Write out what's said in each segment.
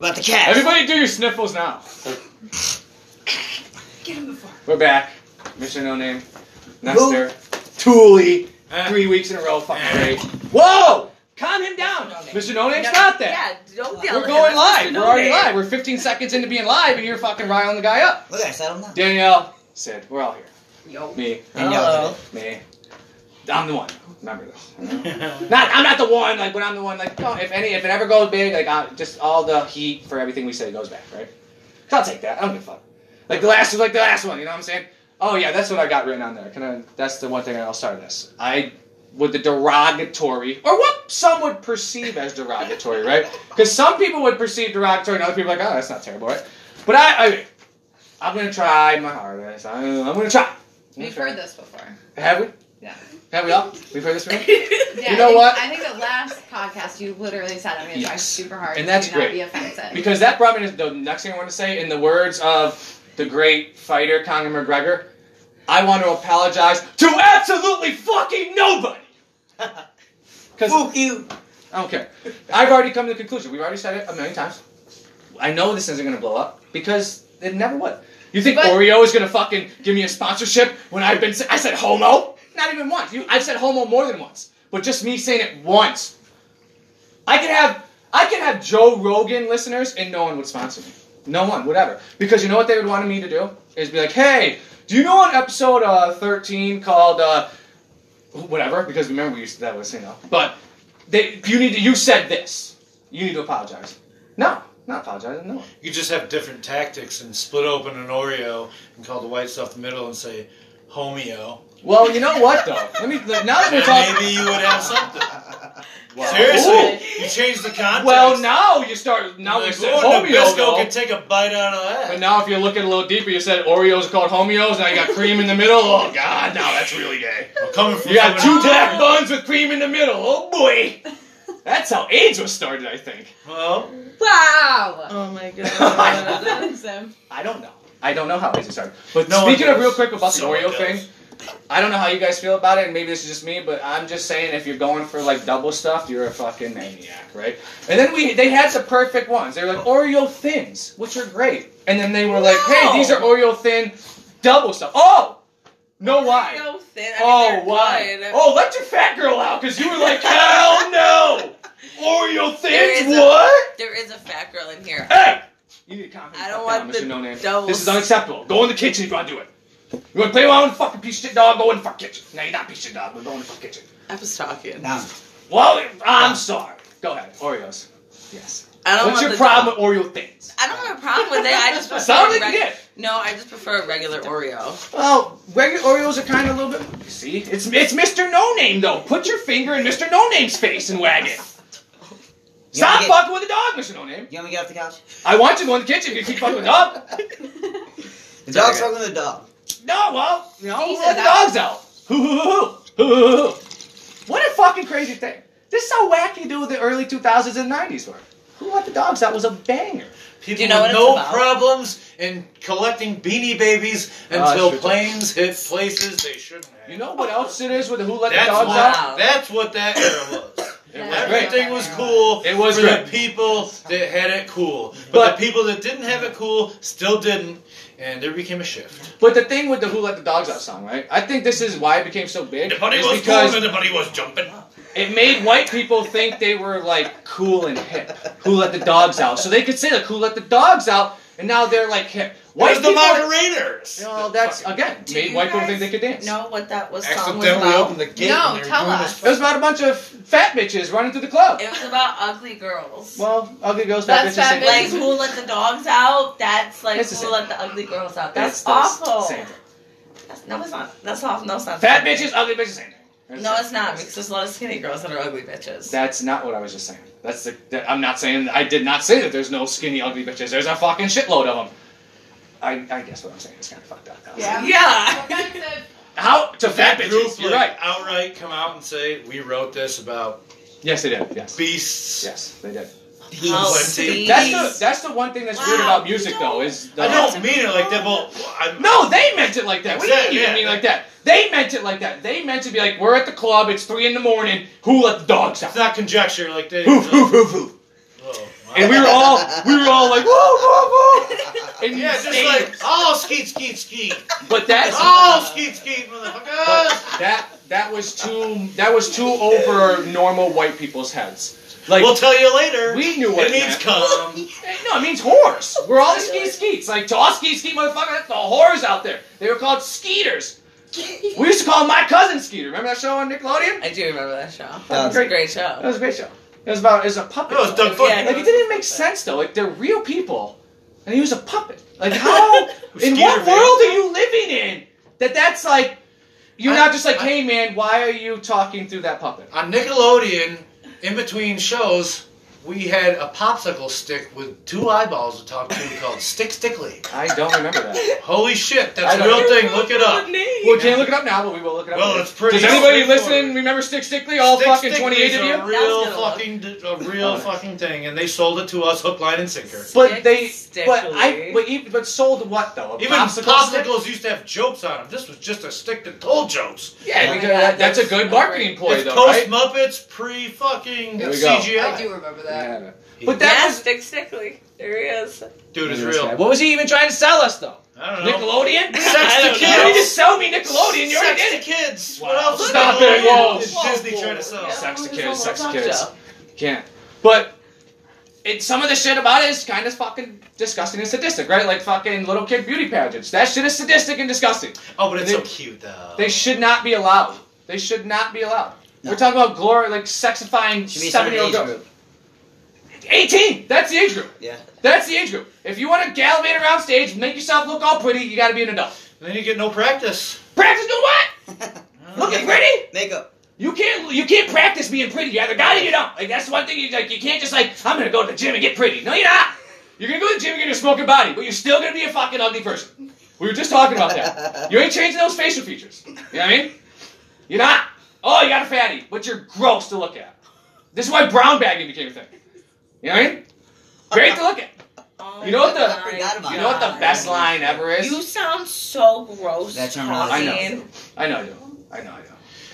About the cat. Everybody, do your sniffles now. Get him before. We're back. Mission No Name. Who? Nestor. Thule. Eh. Three weeks in a row. Fucking Eh. great. Whoa! Calm him down. No Name. Mr. No Name's not there. Yeah, don't yell We're at going him. live. No We're already name. live. We're 15 seconds into being live, and you're fucking riling the guy up. Look, I settled now. Danielle, Sid, we're all here. Yo. Me, And y'all did me. I'm the one. Remember this. Not, I'm not the one. Like, but I'm the one. Like, no, Oh. if any, if it ever goes big, like, I, just all the heat for everything we say goes back, right? i I'll take that. I don't give a fuck. Like the last, like the last one. You know what I'm saying? Oh yeah, that's what I got written on there. Can I? That's the one thing I'll start this. I with the derogatory, or what some would perceive as derogatory, right? Because some people would perceive derogatory, and other people are like, oh, that's not terrible, right? But I, I I'm gonna try my hardest. I, I'm gonna try. We've heard this before. Have we? Yeah. Have we all? We've heard this before. Yeah, You know I think, what? I think the last podcast you literally said I'm gonna try Yes. super hard And that's to not great. be offensive. Because that brought me to the next thing I want to say. In the words of the great fighter Conor McGregor, I want to apologize to absolutely fucking nobody. it. Because Fuck you. I don't care. I've already come to the conclusion. We've already said it a million times. I know this isn't going to blow up because it never would. You think But- Oreo is going to fucking give me a sponsorship when I've been sa- I said homo? Not even once. You, I've said homo more than once. But just me saying it once. I could have I could have Joe Rogan listeners and no one would sponsor me. No one, whatever. Because you know what they would want me to do? Is be like, hey, do you know on episode uh, 13 called uh, whatever? Because remember we used to, that was, you know. But they, you need to, you said this. You need to apologize. No, not apologizing, no. You just have different tactics and split open an Oreo and call the white stuff the middle and say homeo. Well, you know what though? Let me, now that we're talking. Maybe you would have something. Wow. Ooh. Seriously, you change the context. Well, now you start, now we like, said oh, homeo Nabisco though. could take a bite out of that. But now, if you look at it a little deeper, you said Oreos are called homeos, now you got cream in the middle. Oh God, now that's really gay. Well, coming from You got two someone- black buns with cream in the middle. Oh boy, that's how AIDS was started, I think. Well, Wow. Oh my God. awesome. I don't know. I don't know how AIDS was started. But No one speaking of does. real quick about the No one Oreo does. thing, I don't know how you guys feel about it, and maybe this is just me, but I'm just saying if you're going for like double stuff, you're a fucking maniac, right? And then we they had the perfect ones. They were like Oreo thins, which are great. And then they were like, hey, these are Oreo thin double stuff. Oh, no why? No thin. I mean, Oh, they're why? good. Oh, let your fat girl out because you were like, hell no! Oreo There thins? is a- What? There is a fat girl in here. Hey! You need to calm I don't yourself want down, Mr. the no name. doubles. This is unacceptable. Go in the kitchen if you want to do it. You want to play around with fucking piece of shit dog? Go in the fucking kitchen. No, you're not piece of shit dog, but go in the fucking kitchen. I was talking. Now, Well, I'm sorry. Go ahead. Oreos. Yes. I don't What's want your the problem with Oreo thins? I don't have a problem with it. I just prefer Sounded reg- good. No, I just prefer a regular Oreo. Well, regular Oreos are kind of a little bit. See, it's it's Mr. No Name though. Put your finger in Mr. No Name's face and wag it. Stop get- fucking with the dog, Mr. No Name. you want me to get off the couch? I want you to go in the kitchen. You keep fucking with the dog. The dog's fucking the dog. No, well, you know, Jesus, let the that- dogs out. Hoo hoo hoo hoo hoo hoo. hoo. What a fucking crazy thing. This is how wacky dude the early 2000s and 90s were. Who let the dogs out was a banger. people Do you know with what it's no about? problems in collecting Beanie Babies Oh, until sure. planes hit places they shouldn't have. You know what else it is with the Who Let that's the Dogs what, Out? Wow. That's what that era was. It was That's great. Everything was cool. It was for great. the people that had it cool, but, But- the people that didn't have it cool still didn't, and there became a shift. But the thing with the Who Let the Dogs Out song, right? I think this is why it became so big. is because and the buddy was jumping. it made white people think they were like cool and hip. Who let the dogs out? So they could say like, "Who let the dogs out?" And now they're like hip. Where's White the people. Margariters? No, that's Fucking- again Do made you white people guys think they could dance. Know what that was song was Accidentally about? opened the gate. No, and they were tell doing us. It this was about a bunch of fat bitches running through the club. It was about ugly girls. Well, ugly girls, fat That's bitches, fat same like thing. who let the dogs out? That's like It's the who same. let the ugly girls out. It's That's the awful. Same thing. That's- no, it's not. That's awful. No, it's not. Fat bitches, ugly bitches, same thing. No, it's not because there's a lot of skinny girls that are ugly bitches. That's not what I was just saying. That's the. That, I'm not saying. I did not say that there's no skinny ugly bitches. There's a fucking shitload of them. I, I guess what I'm saying is kind of fucked up. Yeah. yeah. Offensive. How to Did that fat bitches? group You're like, right. outright come out and say we wrote this about Yes, they did. Yes. beasts? Yes, they did. Oh, Plenty. That's please. the that's the one thing that's weird Wow, about you music though is the, I don't mean it like that, but I'm, No, they meant it like that. What do you mean Exactly, you yeah. mean like that? They meant it like that. They meant to be like, we're at the club, it's three in the morning, who let the dogs it's out? not conjecture like they. Hoo, hoo, hoo, hoo. Oh, wow. And we were all we were all It's stadium. like, oh, skeet, skeet, skeet. But that's Oh, skeet, skeet, motherfuckers. that that was too that was too over normal white people's heads. Like we'll tell you later. we knew what it means meant. cum. Hey, No, it means horse. We're all ski skeets. Like to all ski skeet motherfucker, that's the whores out there. They were called skeeters. We used to call my cousin Skeeter. Remember that show on Nickelodeon? I do remember that show. That It's a great show. That was a great show. It was about it was a puppet. It was Doug Yeah, Foote. Like it didn't make sense though. Like they're real people, and he was a puppet. Like how? in Skeeter what man. world are you living in? That that's like you're I- not just like, I- hey man, why are you talking through that puppet? Um, On Nickelodeon, in between shows, we had a popsicle stick with two eyeballs to talk to called Stick Stickly. I don't remember that. Holy shit, that's I a don't- real thing. Look it up. We can't look it up now, but we will look it up. Well, later. it's pretty Does anybody straightforward. listen? Remember Stick Stickly? All Stick fucking Stickly's twenty-eight of a you. Real That was good fucking, a real Alright. fucking thing, and they sold it to us hook, line, and sinker. But they, Stick but I, Stickly. but, even, but sold what though? A Even popsicle stick? popsicles used to have jokes on them. This was just a stick that told jokes. Yeah, Oh my because God, that- that's a that's good so marketing great. ploy it's though, Post right? Muppets pre fucking There we go. I CGI. do remember that. Yeah. But that yeah, was Stick Stickly. There he is. Dude, it's Look at this guy. real. What was he even trying to sell us though? I don't know. Nickelodeon? Sex I to don't You already kids. just sell me Nickelodeon. You already Sex did to it. kids. Wow. What else? is Stop going it, on? whoa. It's Disney trying to sell. Yeah. Sex to Who's kids, on sex to the talk kids. show? Can't. But it, some of the shit about it is kind of fucking disgusting and sadistic, right? Like fucking little kid beauty pageants. That shit is sadistic and disgusting. Oh, but it's They- so cute though. They should not be allowed. They should not be allowed. No. We're talking about glory, like sexifying Should be a seven-year-old certain age girls. group. 18. That's the age group. Yeah. That's the age group. If you want to gallivant around stage, make yourself look all pretty, you got to be an adult. Then you get no practice. Practice do what? Looking pretty? Makeup. You can't you can't practice being pretty. You either got it or you don't. Like that's one thing you like you can't just like I'm gonna go to the gym and get pretty. No, you're not. You're gonna go to the gym and get your smoking body, but you're still gonna be a fucking ugly person. We were just talking about that. You ain't changing those facial features. You know what I mean? You're not. Oh, you got a fatty, but you're gross to look at. This is why brown bagging became a thing. You know what I mean? Great to look at. Oh You know what the- my forgot about You know what the God. best line ever is? You sound so gross. That term Colleen. I know. I know I do. I know I do.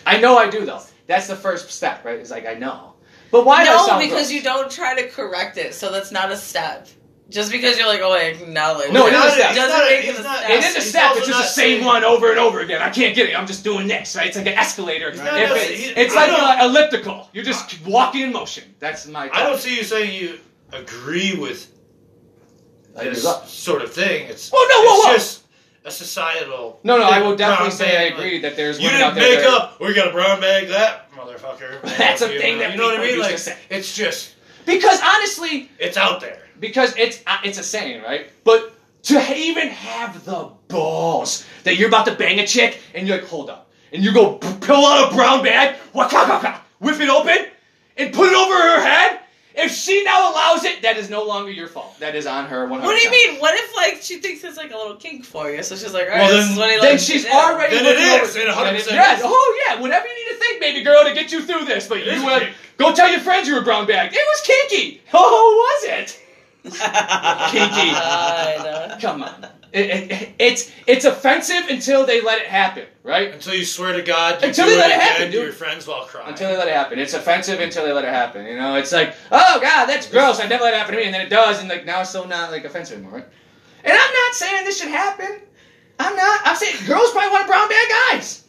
I know I do though. That's the first step, right? It's like I know. But why do I No, sound because gross? you don't try to correct it, so that's not a step. Just because you're like, oh, I acknowledge. No, it it is a step. Doesn't It's not a- make it it's a not- step. It is a He's step. also It's just the not same saying- one over and over again. I can't get it. I'm just doing this. Right? It's like an escalator. not If just- it's, he- it's I like don't- an elliptical. You're just walking in motion. That's my. I don't see you saying you agree with I do this not. sort of thing. It's Well, no, whoa, it's whoa. just a societal. No, no. I will thing, definitely brown say I bag, agree that there's Like, you women out didn't there. make that- up. We got a brown bag that motherfucker. That's a You thing know, that you know what I people mean. used to Like say. it's just Because honestly, it's out there. because it's uh, it's a saying, right? But to ha- even have the balls that you're about to bang a chick and you're like, hold up, and you go p- pull out a brown bag, waka waka, whip it open, and put it over her head. If she now allows it, that is no longer your fault. That is on her. 100 What do you mean? What if like she thinks it's like a little kink for you? So she's like, all right, Well, this then- is what he Then likes to she's do. already. Then looking it over- is, in Then 100%. Yes. Oh yeah. Whatever you need to think, baby girl, to get you through this. But It you is uh, kink. go tell your friends you were brown bagged. It was kinky. Oh, was it? Kinky. God. Come on. It- it- it's it's offensive until they let it happen, right? Until you swear to God, you Until do they let it again happen, to dude. your friends while crying. Until they let it happen. It's offensive until they let it happen. You know, it's like, oh god, that's gross. I never let it happen to me, and then it does, and like now it's still not like offensive anymore. Right? And I'm not saying this should happen. I'm not. I'm saying girls probably want brown bag guys.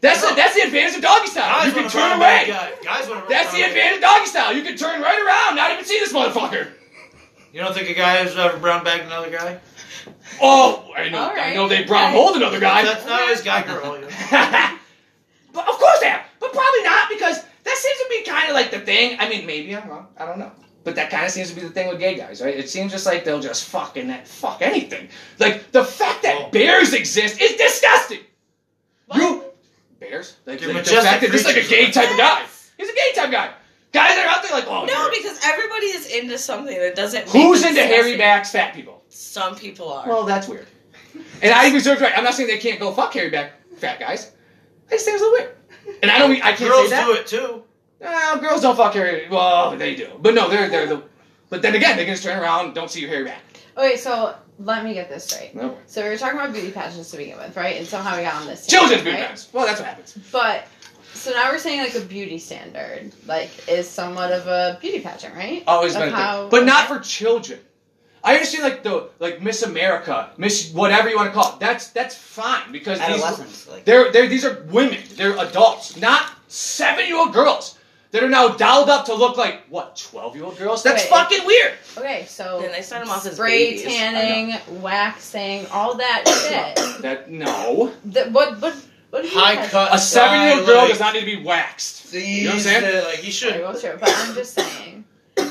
That's the, that's the advantage of doggy style. guys You can wanna turn brown bag away. guy. Guys want That's the advantage of doggy style. You can turn right around, not even see this motherfucker. You don't think a guy has ever brown bagged another guy? Oh, I know. All right. I know they brown hold another guy. That's not his guy girl. you know. but of course they have, but probably not because that seems to be kind of like the thing. I mean, maybe I'm wrong. I don't know. But that kind of seems to be the thing with gay guys, right? It seems just like they'll just fucking that fuck anything. Like the fact that Well- bears exist is disgusting. You bears? Like, They're like, the majestic fact that this is like a creatures, gay right? type of guy. He's a gay type of guy. Guys that are out there like, oh, No, you're- because everybody is into something that doesn't. make who's it into hairy disgusting. backs? Fat people. Some people are. Well, that's weird. And I reserve the right. I'm not saying they can't go fuck hairy back fat guys. I just think it's a little weird. And I don't. mean I can't Girls say that. do it too. Well, girls don't fuck hairy. Well, they do. But no, they're they're the. But then again, they can just turn around, don't see your hairy back. Okay, so let me get this straight. No. So we were talking about beauty pageants to begin with, right? And somehow we got on this. Children's tangent, boot right? camps. Well, that's what happens. But so now we're saying like a beauty standard, like is somewhat of a beauty pageant, right? Always Of been a how- thing, but not for children. I understand like the like Miss America, Miss whatever you want to call it. That's that's fine because these Adolescence, like they're they're these are women. They're adults, not seven year old girls that are now dolled up to look like what twelve year old girls. That's Wait. fucking weird. Okay, so Then they set 'em off as spray babies. tanning, waxing, all that shit. That no, the, what what what do you High guys- cut. a seven year old dye, girl like, does not need to be waxed. These, know what I'm saying? uh, like you Sorry, should. well, sure, but I'm just saying.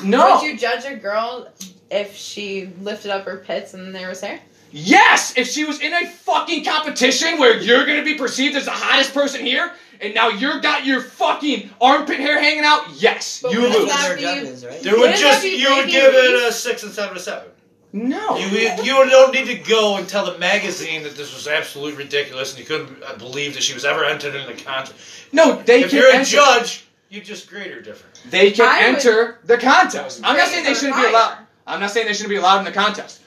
No, Would you judge a girl if she lifted up her pits and there was hair? Yes, if she was in a fucking competition where you're gonna be perceived as the hottest person here, and now you're got your fucking armpit hair hanging out, yes, But you what that's does lose. what their that mean? job is, right? There would Wouldn't that just be you would making give it these? a six and seven or seven. No, You you don't need to go and tell the magazine that this was absolutely ridiculous and you couldn't uh, believe that she was ever entered in the contest. no, they if can you're a enter. judge, you just grade her different. they can I would- enter the contest. I'm not saying they Or shouldn't be higher. allowed. I'm not saying they shouldn't be allowed in the contest.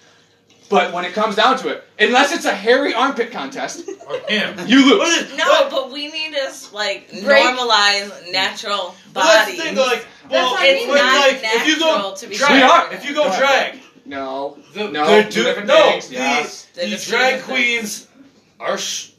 But when it comes down to it, unless it's a hairy armpit contest, Or him. you What lose. is- No, what- but we need to s- like Break- normalize natural well, that's the bodies. thing, like, well, what I it's mean, like, not like, if you go natural to be drag, sure. if you go We are. drag, No, the, No, the two du- different no, things, the, yes. They're the just drag different queens are sh-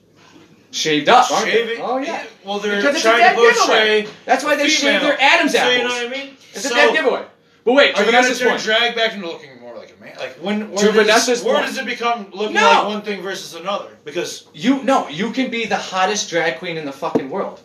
shaved up. aren't they? shaving. Oh yeah, Well, they're Because it's a trying dead to portray. giveaway. that's why they shave Female. their Adam's So apples. you know what I mean? It's a So- dead giveaway. But wait, Are to you gonna Vanessa's turn point. drag back into looking more like a man? Like when To where, does, Vanessa's where point. does it become looking No. like one thing versus another? Because you no, you can be the hottest drag queen in the fucking world.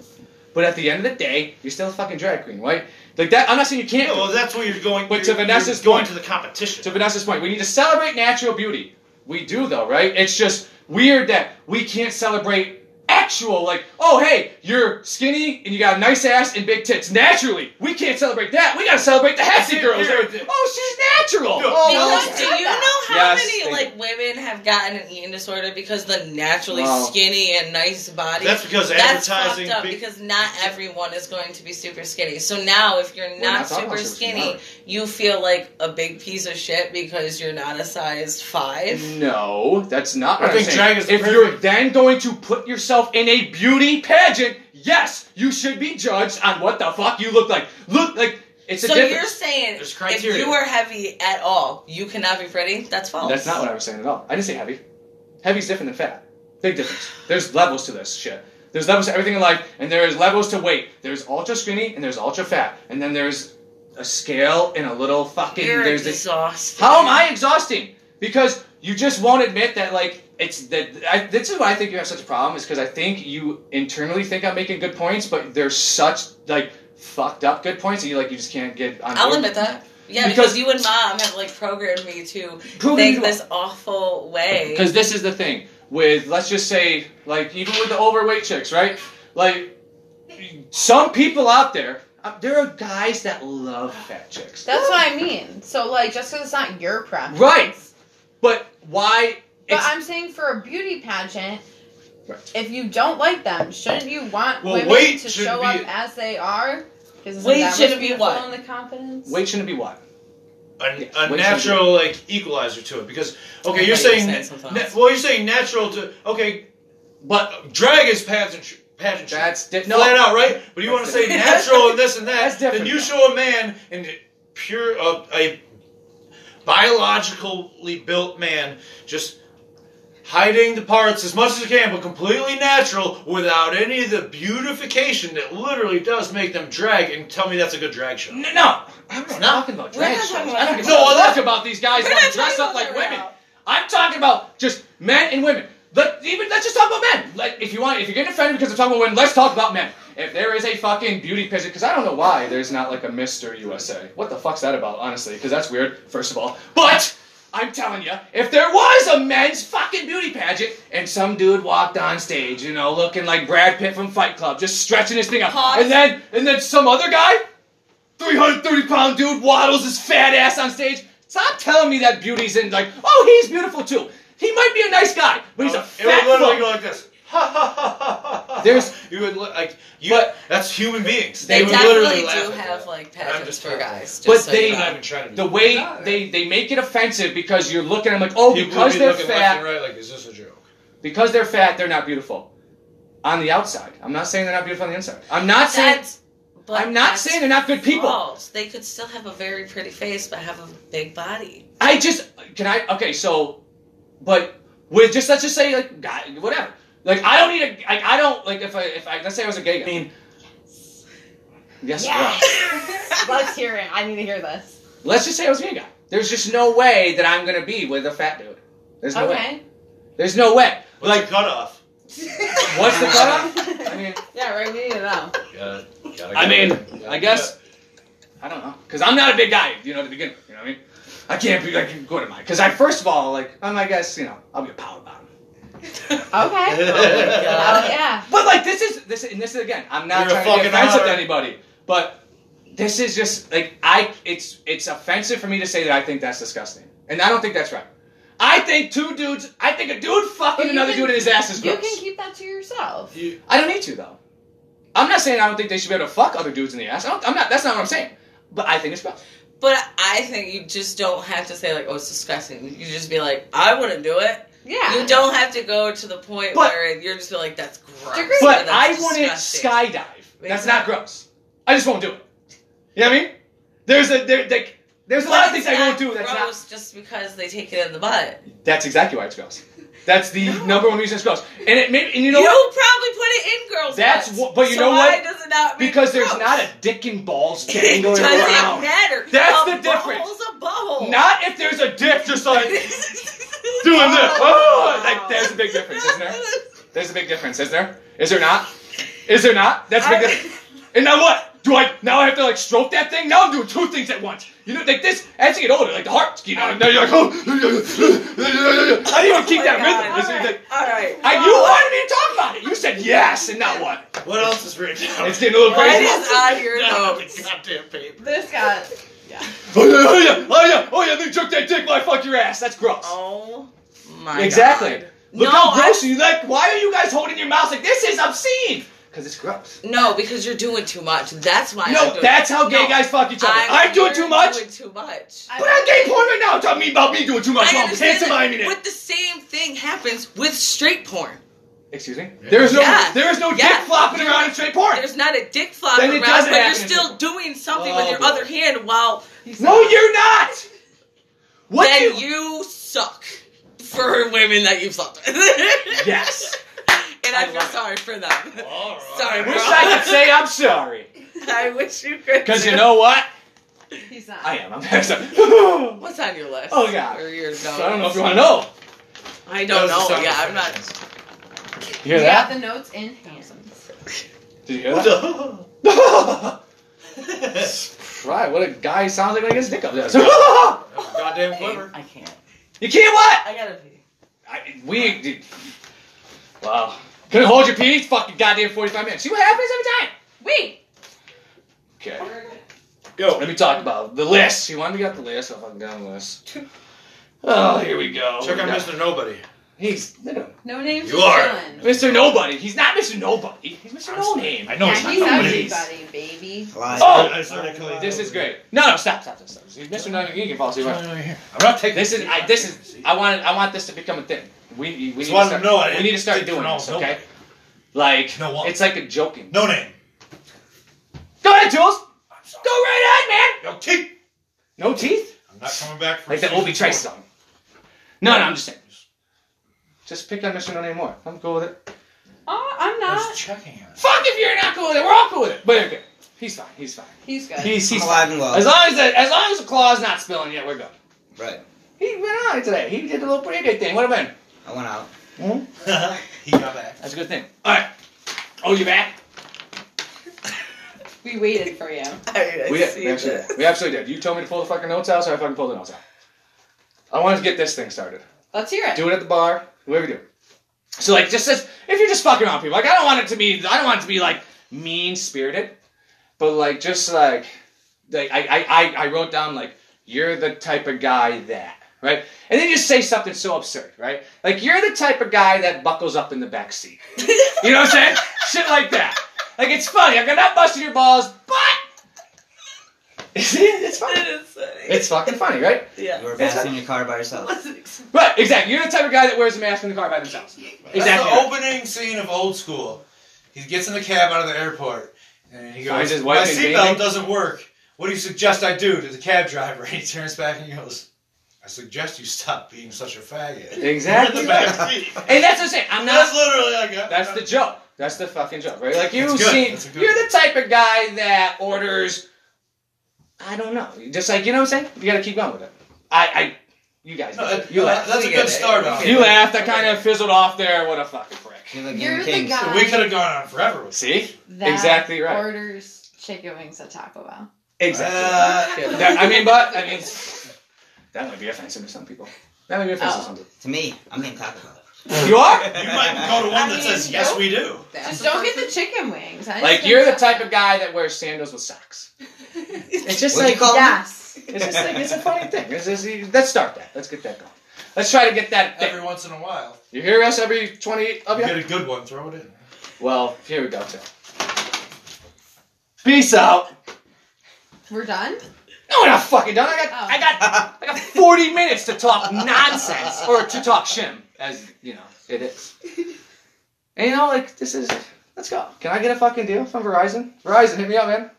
But at the end of the day, you're still a fucking drag queen, right? Like that I'm not saying you can't yeah, do it. well, that's where you're going. But to you're, Vanessa's you're going point- to the competition. To Vanessa's point, we need to celebrate natural beauty. We do though, right? It's just weird that we can't celebrate actual like, oh hey, you're skinny and you got a nice ass and big tits. Naturally, we can't celebrate that. We gotta celebrate the hefty Here- girls. here- oh, she's natural. No. Oh, Because okay. do you know how Yes, they many do. like women have gotten an eating disorder because the naturally Wow. skinny and nice body? That's because That's advertising. fucked up big- because not everyone is going to be super skinny. So now, if you're We're not talking about super super skinny, you feel like a big piece of shit because you're not a size Mm, five. No, that's not I what I am think saying. drag is the if perfect- you're then going to put yourself in a beauty pageant, yes, you should be judged on what the fuck you look like. Look like it's So a you're difference. saying There's if criteria. you are heavy at all, you cannot be pretty? That's false. That's not what I was saying at all. I didn't say heavy. Heavy's different than fat. Big difference. There's levels to this shit. There's levels to everything in life, and there is levels to weight. There's ultra skinny and there's ultra fat, and then there's a scale and a little fucking. You're there's this exhausted. How am I exhausting? Because you just won't admit that, like, it's that. I, this is why I think you have such a problem, is because I think you internally think I'm making good points, but they're such, like, fucked up good points, and you, like, you just can't get on I'll board. admit that. Yeah, Because- because, you and mom have like programmed me to Prove me think wrong. this awful way. Because this is the thing with, let's just say, like, even with the overweight chicks, right? Like, some people out there, uh, there are guys that love fat chicks. That's what I mean. So like, just because it's not your preference, Right. But why? But it's- I'm saying for a beauty pageant, Right. if you don't like them, shouldn't you want Well, women weight to should show be- up as they are? 'Cause isn't Weight that shouldn't what's be beautiful what? in the confidence. weight shouldn't be what? a, Yeah, a what you natural like equalizer to it because okay, I you're thought you were saying saying something na- else. well, you're saying natural to okay, but drag is pageantry. Pageantry. That's di- no. flat out, right? But you want to That's say different. natural and this and That's that, then different, you though. show a man and pure uh, a biologically built man just hiding the parts as much as he can, but completely natural without any of the beautification that literally does make them drag. And tell me that's a good drag show. No, no. I'm not No. talking about We're drag not shows. talking I about don't drag give a shows. fuck about these guys We're that not dress talking up about like drag women. out. I'm talking about just men and women. Let even let's just talk about men. Like if you want, if you're getting offended because I'm talking about women, let's talk about men. If there is a fucking beauty pageant, because I don't know why there's not like a Mister USA. What the fuck's that about? Honestly, because that's weird. First of all, but. I'm telling you, if there was a men's fucking beauty pageant and some dude walked on stage, you know, looking like Brad Pitt from Fight Club, just stretching his thing out, Pause. and then and then some other guy 330 pound dude waddles his fat ass on stage. Stop telling me that beauty's in like, oh, he's beautiful too. He might be a nice guy, but he's a Oh, it would fat literally go fuck. like this. Ha ha ha ha ha. There's- you would look like you. But- that's human beings. they would definitely literally laugh do at have that. like And I'm pageants just for terrified. guys. Just But so they- you I'm know. not even trying to do The that. way they, they make it offensive because you're looking at them like, oh, People because would be they're looking left fat, and right, like, is this a joke? because they're fat, they're not beautiful. On the outside, I'm not saying they're not beautiful on the inside. I'm not saying That's- but I'm not that's saying they're not good people. false. They could still have a very pretty face but have a big body. I just can I? Okay, so, but with just let's just say like guy, whatever. Like I don't need a like I don't like if I if I let's say I was a gay guy. I mean, yes, well, Let's hear it. I need to hear this. let's just say I was a gay guy. There's just no way that I'm gonna be with a fat dude. There's no way. okay. There's no way. What's like cutoff. What's the cutoff? I mean, yeah, right. We need to know. Gotta, gotta I go. mean, Gotta I go. guess I don't know because I'm not a big guy, you know, to begin with. You know what I mean? I can't be like go to mine because I first of all like I'm I guess you know I'll be a power bottom. Okay. oh yeah. But like this is this and this is again I'm not You're a trying to be fucking offensive to honor. anybody, but this is just like I it's it's offensive for me to say that I think that's disgusting and I don't think that's right. I think two dudes. I think a dude fucking But you another can- dude in his ass is You gross. can keep that to yourself. You, I don't need to though. I'm not saying I don't think they should be able to fuck other dudes in the ass. I don't, I'm not. That's not what I'm saying. But I think it's gross. But I think you just don't have to say like, "Oh, it's disgusting." You just be like, "I wouldn't do it." Yeah. You don't have to go to the point But- where you're just like, "That's gross." Degree- or, But "That's I wouldn't disgusting." skydive. That's not gross. I just won't do it. You know what I mean? There's a there like there's a But lot of it's things I won't not do. That's not. gross just because they take it in the butt. That's exactly why it's gross. That's the No. number one reason it's gross. And it may and you You, know what? probably put it in girls. That's butts. what- but you So know why what? Does it not mean Because there's gross? not a dick and balls It dangling doesn't around. matter. That's a the difference. Butthole's a butthole. Not if there's a dick just like doing this. Oh. Oh, like, there's a big difference, isn't there? Oh There's a big difference, is there? Is there not? Is there not? That's a big I- difference. And now what? Do I now I have to like stroke that thing? Now I'm doing two things at once. You know, like this. As you get older, like the heart's getting out. Now you're like, oh, I didn't even keep Oh my that God. rhythm. It's All like- All right. I, you wanted me to talk about it. You said yes, and not what? what else is written down? It's getting a little What crazy. is on your Down nose? with the goddamn paper. This got. Oh yeah, oh yeah, oh yeah, oh yeah. They jerk that dick while I fuck your ass. That's gross. Oh my exactly. God. Look No, how gross I- you like. Why are you guys holding your mouths like this? Is obscene. Because it's gross. No, because you're doing too much. That's why. I'm No, doing that's how gay No. guys fuck each other. I'm, I'm, doing you're too much. Doing too much. But I'm gay porn right now. Tell me about me doing too much. I'm understand pants that, timing it. But the same thing happens with straight porn. Excuse me. There is no. Yeah. There is no Yeah. dick flopping around in straight porn. There's not a dick flop Then it around, doesn't but you're happen in still straight doing something Oh, with your boy. other hand while No, you're not. What do then you? you... suck for women that you've slept with. Yes. and I I, feel love it. sorry for them. All right. Sorry, Wish I could say I'm sorry. I wish you could. Because you too. know what? He's not. I am. I'm sorry. so what's on your list. Oh, God. Or your notes? I don't know if you want to know. I don't Those are know. some- Yeah, I'm not. You hear you that? got the notes in hand. Did you hear What that? the? right. What a guy sounds like when he gets his dick up. there. Goddamn quiver. I can't. you can't what? I gotta pee. I, we did. Wow. Couldn't hold your pee. Fucking goddamn 45 minutes. See what happens Wait. every time. Okay. Go. Let me talk about the list. You wanted to get the list? I'll fucking down the list. Oh, here we go. Check out We got- Mr. Nobody. He's look at him. No names. You are. chilling. Mr. Nobody. He's not Mr. Nobody. He's Mr. I'm No sorry. Name. I know Yeah, it's not he's nobody. nobody's. everybody, baby. Oh! I started calling This is great. No, no, stop, stop, stop, stop. See, Mr. No Name, you can fall asleep. I'm not taking This is, I, this is, I want, I want this to become a thing. We, we, need, Just to wanted to start, know I we need to didn't start sit for doing no this, nobody. okay? Like, No one. it's like a joking. No name. Go ahead, Jules. Go right ahead, man. No teeth. No teeth? I'm not coming back for Like the season Obi Trice four. song. No, no, I'm just saying. Just pick on Mr. No Name More. I'm cool with it. Oh, I'm I was not. checking on it. Fuck if you're not cool with it. We're all cool with it. But okay. He's fine. He's fine. He's good. He's, he's I'm fine. alive and well. As long as the, as long as the claw's not spilling yet, we're good. Right. He went on today. He did the little pretty good thing. What about him? I went out. he got back. That's a good thing. All right. Oh, you back? we waited for you. I, I we, see we actually this. did. We absolutely did. You told me to pull the fucking notes out, so I fucking pulled the notes out. I wanted to get this thing started. Let's hear it. Do it at the bar. Whatever you do. So like just as if you're just fucking around with people, like I don't want it to be I don't want it to be like mean spirited. But like just like like I, I, I, I wrote down like you're the type of guy that right? And then you just say something so absurd, right? Like you're the type of guy that buckles up in the back seat. You know what I'm saying? Shit like that. Like it's funny. I'm not busting your balls, but it's funny. It is funny. It's fucking funny, right? You yeah. were passing in your car by yourself. Right, exactly. You're the type of guy that wears a mask in the car by themselves. That's Exactly. the opening scene of Old School. He gets in the cab out of the airport, and he Finds goes, his "My wife and baby." seatbelt doesn't work. What do you suggest I do?" To the cab driver, and he turns back and he goes, I suggest you stop being such a faggot. Exactly. In the backseat. and that's what I'm saying. I'm not. That's literally I got. That's the joke. That's the fucking joke, right? Like you That's good. seem, That's a good you're the type of guy that orders. I don't know. Just like you know what I'm saying. You got to keep going with it. I, I, you guys, No, that- get it. you uh, laughed. that's a We good get it. start We off. get You it. laughed. I kind of fizzled off there. What a fucking prick. You're the, You're the Kings. guy. We could have gone on forever. with See? That Exactly right. Orders chicken wings at Taco Bell. Exactly. Uh, Yeah. That- I mean, but I mean, that might be offensive to some people. That might be offensive Oh. to some to me, I'm getting Taco Bell. people. You are. You might go to one that says yes, we do. Just don't get the chicken wings. I Like you're the type of guy that wears sandals with socks. It's just What'd you like call Yes. it's just like it's a funny thing. It's just, let's start that. Let's get that going. Let's try to get that. Every Thing. once in a while, You hear us every twenty of you you. get a good one, throw it in. Well, here we go too. Peace out. We're done? No, we're not fucking done. I got Oh. I got I got forty minutes to talk nonsense or to talk shim, as you know it is. And you know, like this is. Let's go. Can I get a fucking deal from Verizon? Verizon, hit me up, man.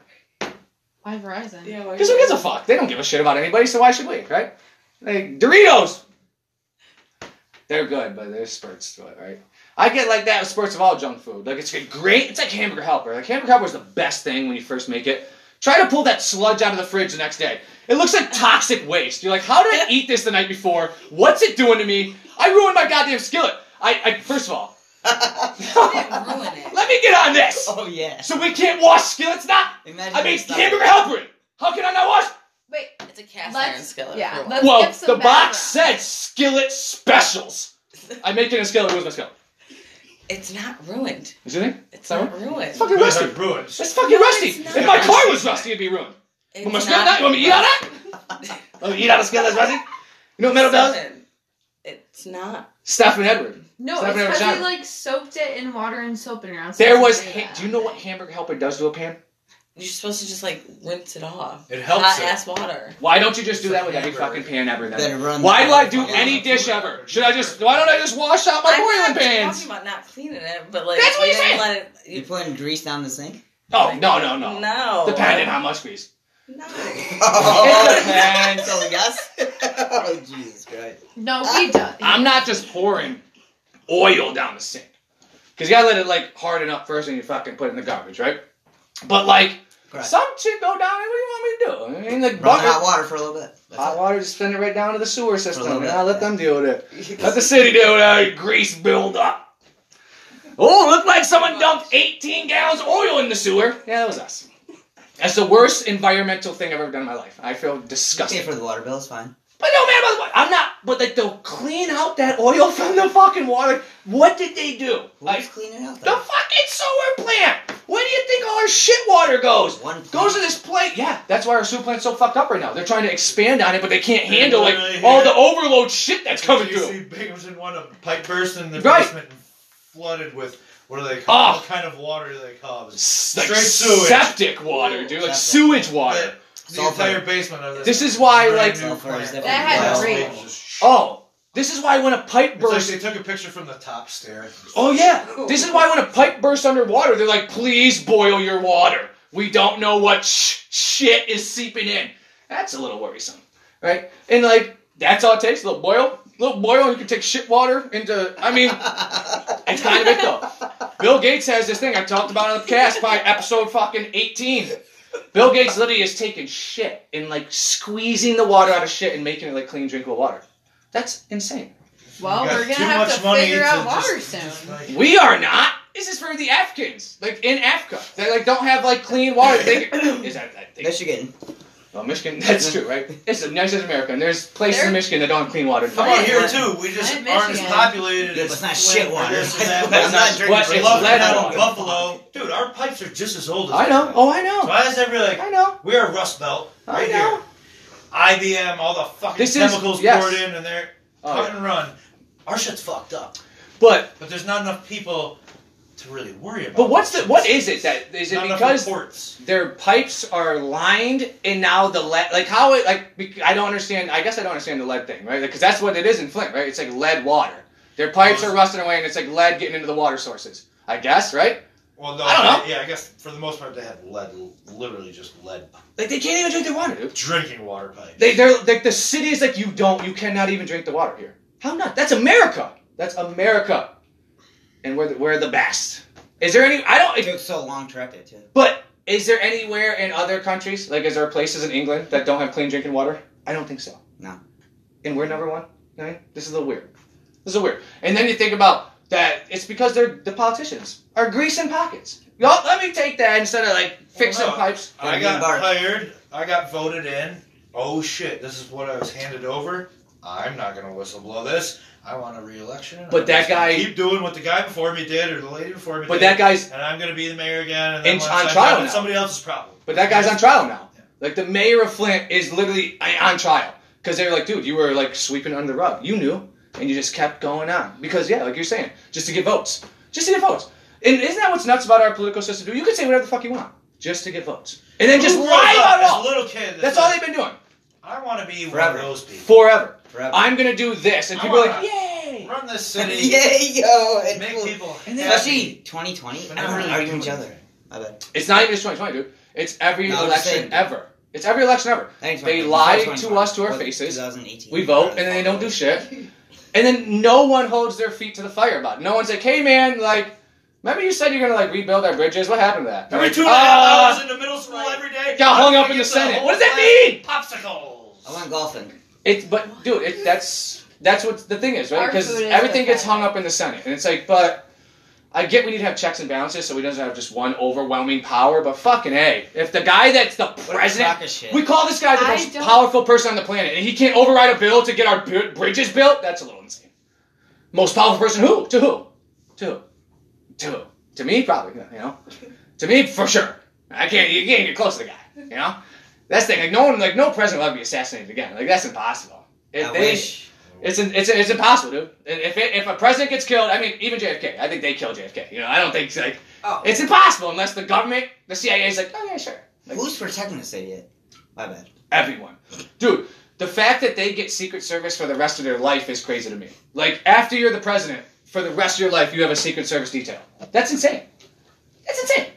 Why Verizon? Yeah, Because who gives a fuck? They don't give a shit about anybody, so why should we, right? Like Doritos. They're good, but there's spurts to it, right? I get like that with spurts of all junk food. Like it's a great. It's like hamburger helper. Like hamburger helper is the best thing when you first make it. Try to pull that sludge out of the fridge the next day. It looks like toxic waste. You're like, how did I eat this the night before? What's it doing to me? I ruined my goddamn skillet. I, I first of all, ruin it. let me get on this. oh yeah. So we can't wash skillets now. Imagine I mean, it's not- hamburger helper. it. How can I not wash? Wait, It's a cast Let's- iron skillet. yeah, for one. let's- Well, get the some box said background. skillet specials. I make it a skillet. Where's my skillet? it's not ruined. Is it? It's Sorry? not ruined. It's fucking Those rusty. are ruins. It's fucking rusty. it's not. if my car was rusty, it'd be ruined. It's But my skillet, not, you want me to eat out of that? Let me eat out of skillet that's rusty. You know what metal does? Seven. It's not. Stephen Edward. No, Stop it's it, because John. they like soaked it in water and soap and around. There was. Ha- do you know what hamburger helper does to a pan? You're supposed to just like rinse it off. It helps Hot it. ass water. Why don't you just do It's that a with every hamburger. fucking pan ever? Then Better run. why the do I do fucking- any dish ever? Should I just? Why don't I just wash out my I'm boiling not pans? talking about not cleaning it, but like That's what you didn't said! Let it, You putting grease down the sink? Oh no no no! No. Depending how much grease. No. It depends. So yes. oh Jesus Christ. No, he does. I'm not just pouring oil down the sink. Cause you gotta let it like harden up first and you fucking put it in the garbage, right? But like Correct. some chick go down there, what do you want me to do? I mean like Run bucket hot water for a little bit. That's hot it. water, just send it right down to the sewer For a system. little And bit, I'll let yeah. them deal with it. Let the city deal with that grease build up. Oh, looked like someone dumped 18 gallons of oil in the sewer. Yeah, that was us. That's the worst environmental thing I've ever done in my life. I feel You pay disgusted. for the water bill. It's fine. But no man, by the way, I'm not. But like they'll clean out that oil from the fucking water. What did they do? Like Let's clean it out. the Though. fucking sewer plant. Where do you think all our shit water goes? One Goes plant. to this plant. Yeah, that's why our sewer plant's so fucked up right now. They're trying to expand on it, but they can't They handle like literally all hit- the overload shit that's coming you through. see Binghamton one a pipe burst in the Right. basement and flooded with what do they call? Ah. What kind of water do they call? it? S- Like Straight sewage. septic water, dude. Like Septic. sewage water. The, the Sulfur. entire basement of this. This is why, brand like- new Sulfur is plant. That had Wow. great- It's just- Oh, this is why when a pipe It's like bursts. they took a picture from the top stair. Oh yeah. This is why when a pipe bursts underwater, they're like, "Please boil your water. We don't know what sh- shit is seeping in." That's a little worrisome, right? And like, that's all it takes. A little boil, little boil. You can take shit water into. I mean, it's kind of it though. Bill Gates has this thing I talked about on the cast by episode fucking eighteen. Bill Gates literally is taking shit and like squeezing the water out of shit and making it like clean drinkable water. That's insane. well, You got Oh, we're gonna too have much to money figure out just- water soon. just like- We are not. This is for the Africans, like in Africa. They like don't have like clean water. They, is that, that they, Michigan. well, Michigan? That's true, right? It's the next is America, and there's places There- in Michigan that don't have clean water. Come on, here too. We just aren't I'm in as Michigan. populated. It's as not shit water. This and that. I'm not drinking. What? grease It's Love water. lead Metal, water. Buffalo. Dude, our pipes are just as old as I know. that. Oh, I know. Why is everybody I like, know. we are Rust Belt. I Right know. here. IBM, all the fucking This is- chemicals yes. poured in and they're Oh, cut yeah. and run. Our shit's fucked up. But But there's not enough people to really worry about but what's the this what shit. is it that is it Not enough because reports. their pipes are lined and now the lead like how it like bec- I don't understand. I guess I don't understand the lead thing, right? Because that's what it is in Flint, right? It's Uh-huh. like lead water. Their pipes are rusting away, and it's like lead getting into the water sources. I guess, right? Well, no, I don't know. Yeah, I guess for the most part they have lead, literally just lead Like they can't even drink their water, dude. drinking water pipes. They they're like the city is like you don't you cannot even drink the water here. How not? That's America. That's America. And we're the, we're the best. Is there any I don't It took so long to wrap it too. But is there anywhere in other countries, like is there places in England that don't have clean drinking water? I don't think so. No. And we're number one. Right? This is a little weird. This is a weird. And then you think about that it's because they're the politicians are greasing pockets. Y'all, let me take that instead of like fixing no. pipes. I Like got being barred. hired. I got voted in. Oh shit! This is what I was handed over. I'm not gonna whistleblow this. I want a reelection. and But I'm that just gonna guy- keep doing what the guy before me did or the lady before me But did. that guy's and I'm gonna be the mayor again. And then And once on I'm trial done, now. it's somebody else's problem. but that guy's on trial now. Yeah. Like the mayor of Flint is literally on trial because they were like, dude, you were like sweeping under the rug. You knew, and you just kept going on because yeah, like you're saying, just to get votes, just to get votes. And isn't that what's nuts about our political system? Dude, you can say whatever the fuck you want just to get votes, and then just Who lie grows about it up as a all. little kid. That's all they've been doing I want to be Forever. one of those people. forever. Forever. I'm gonna do this, and I people are like, wanna- yay. Run this city. Yay, yo! and Make cool. people. And then happy. especially 2020, But everyone's not really arguing each doing other. anything. My bad. It's not even just 2020, dude. It's every No, I'm just saying, election dude. ever. It's every election ever. Thanks, They Michael. lie Before to 2020, us to our what, faces. 2018. We vote, and then they don't do shit. And then no one holds their feet to the fire about it. No one's like, hey man, like, remember you said you're gonna like rebuild our bridges? What happened to that? Every Like, two and a "Ah, half hours into middle school every day. Got I'm hung gonna up in get the Senate. whole What does that thing mean? Popsicles. I went golfing. It's but dude, it, that's that's what the thing is, right? Our Because food is everything gets hung pathetic. up in the Senate, and it's like, but I get we need to have checks and balances, so we doesn't have just one overwhelming power. But fucking a, if the guy that's the What a president, crock of shit. we call this guy the I most don't- powerful person on the planet, and he can't override a bill to get our bu- bridges built. That's a little insane. Most powerful person who? To who? To who? To who? To me, probably. You know, to me for sure. I can't. You can't get close to the guy. You know, that's the thing. Like no one, like no president will ever be assassinated again. Like that's impossible. If I they- wish. It's, an, it's, it's impossible, dude. And If, it, if a president gets killed, I mean, even JFK, I think they killed JFK. You know, I don't think, like, Oh. it's impossible unless the government, the CIA is like, oh, yeah, sure. Like, Who's protecting this idiot? My bad. everyone. Dude, the fact that they get Secret Service for the rest of their life is crazy to me. Like, after you're the president, for the rest of your life, you have a Secret Service detail. That's insane. That's insane.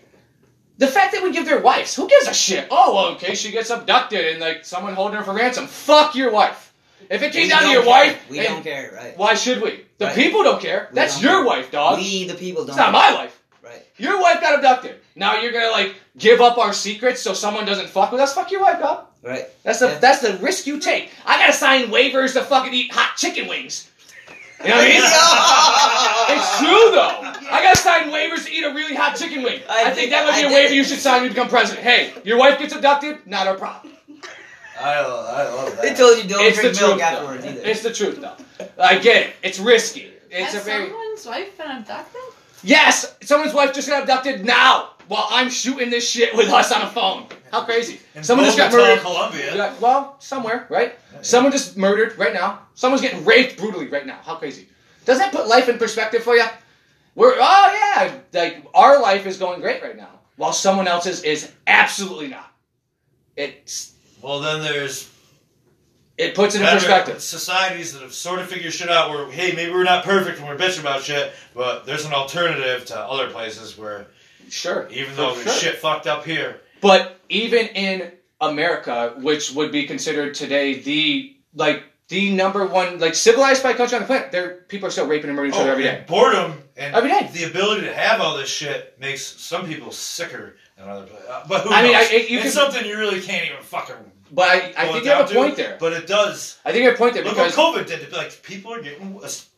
The fact that we give their wives, who gives a shit? Oh, well, in case she gets abducted and, like, someone holding her for ransom, fuck your wife. If it came We down to don't your care. wife, We and don't care, right? why should we? The Right. people don't care. We That's don't your care. wife, dog. We, the people, don't. it's not my wife. Right. Your wife got abducted. Now you're gonna like give up our secrets so someone doesn't fuck with us. Fuck your wife, dog. Right. That's the Yeah. that's the risk you take. I gotta sign waivers to fucking eat hot chicken wings. You know what I mean? It's true though. I gotta sign waivers to eat a really hot chicken wing. I I, think did- that would be I a waiver did. you should sign to become president. Hey, your wife gets abducted, not our problem. I, I love that. They told you don't It's drink the milk truth, afterwards either. It's the truth though. I get it. It's risky. It's Has a very someone's wife been abducted? Yes, someone's wife just got abducted now while I'm shooting this shit with us on a phone. How crazy. In Someone just got Bogota, murdered. Colombia. Yeah, well, somewhere, right? Someone just murdered right now. Someone's getting raped brutally right now. How crazy. Does that put life in perspective for you? We're, oh yeah, like our life is going great right now, while someone else's is absolutely not. It's, Well, then there's it puts it in better perspective. societies that have sort of figured shit out where, hey, maybe we're not perfect and we're bitching about shit, but there's an alternative to other places where Sure. even though For there's sure. shit fucked up here, But even in America, which would be considered today the like the number one like civilized by country on the planet, there people are still raping and murdering each other every oh, and day. boredom and Every day. the ability to have all this shit makes some people sicker than other places. Uh, but who I mean, knows? I- it- you it's can- something you really can't even fucking. But I, I boil think it you have a down to, point there. But it does. I think you have a point there Look because what COVID did. Like people are getting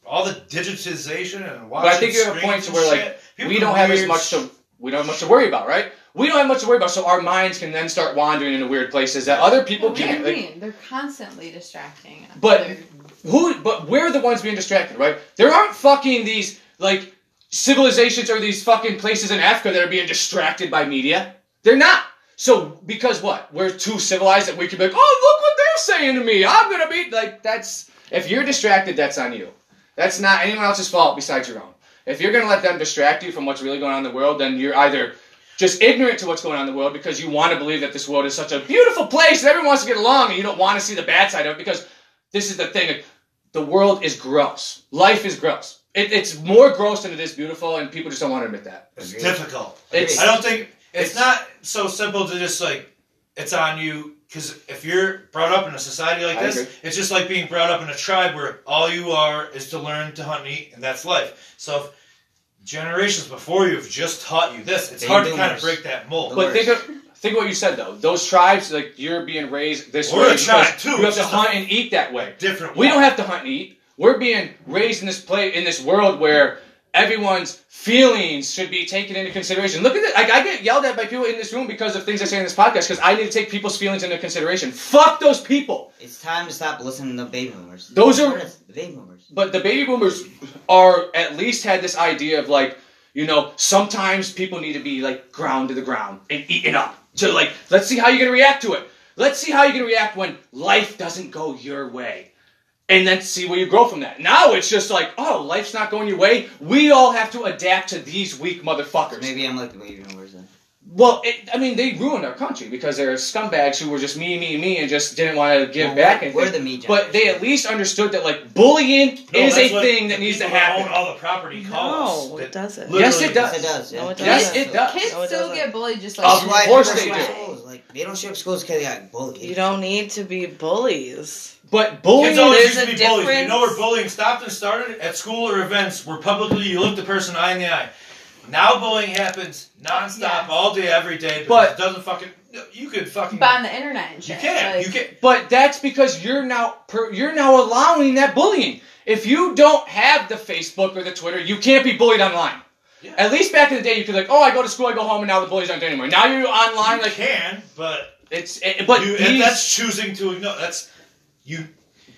all the digitization and watching. I think you have a point screens to and where, like, shit. People we do don't have as weird much to we don't have much to worry about, right? We don't have much to worry about, so our minds can then start wandering into weird places that other people what do you can't. Like, mean? They're constantly distracting. us. But- They're- who but we're the ones being distracted right there aren't fucking these like civilizations or these fucking places in africa that are being distracted by media they're not so because what we're too civilized that we can be like oh look what they're saying to me i'm gonna be like that's if you're distracted that's on you that's not anyone else's fault besides your own if you're gonna let them distract you from what's really going on in the world then you're either just ignorant to what's going on in the world because you want to believe that this world is such a beautiful place and everyone wants to get along and you don't want to see the bad side of it because this is the thing. like, The world is gross. Life is gross. It, it's more gross than it is beautiful, and people just don't want to admit that. It's Agreed. difficult. It's I don't think it's, It's- not so simple to just like it's on you because if you're brought up in a society like I this, agree. it's just like being brought up in a tribe where all you are is to learn to hunt and eat, and that's life. So if generations before you have just taught you this, it's Baby hard to kind of boomers. break that mold. But think of think of what you said though. Those tribes, like you're being raised this We're way. a tribe, because too. You have It's to just a- hunt and eat that way. different. We way. don't have to hunt and eat. We're being raised in this play in this world where everyone's feelings should be taken into consideration. Look at this. Like I get yelled at by people in this room because of things I say in this podcast because I need to take people's feelings into consideration. Fuck those people. It's time to stop listening to baby boomers. Those are- the baby boomers. But the baby boomers are at least had this idea of like, you know, sometimes people need to be like ground to the ground and eaten up. So like, let's see how you're gonna react to it. Let's see how you're gonna react when life doesn't go your way. And then see where you grow from that. Now it's just like, oh, life's not going your way. We all have to adapt to these weak motherfuckers. Maybe I'm like the baby boomers uh, then. Well, it, I mean, they ruined our country because they're scumbags who were just me, me, me, and just didn't want to give Well, back. we're- and we're things. the me But they generation. at least understood that like bullying No, is that's a what thing the that needs to people that happen. Own all the property calls. No, that it doesn't. literally- Yes, it does. Yes, it does. No, yeah. it doesn't. Yes, it does. Kids No, it still doesn't. get bullied just like Of That's why course people they show up do. schools. Like they don't show up schools because they got bullied. You don't need to be bullies. But bullying Kids always there's used to a be bullies. You difference. know where bullying stopped and started? At school or events where publicly you look the person eye in the eye. Now bullying happens nonstop, Yeah. all day, every day. But- But it doesn't fucking. You could fucking. But on the internet and you shit. can't. Like, you can't. But that's because you're now per, you're now allowing that bullying. If you don't have the Facebook or the Twitter, you can't be bullied online. Yeah. At least back in the day, you could like, oh, I go to school, I go home, and now the bullies aren't there anymore. Now you're online, you like can, but it's. It, but you, these- and that's choosing to ignore. That's you.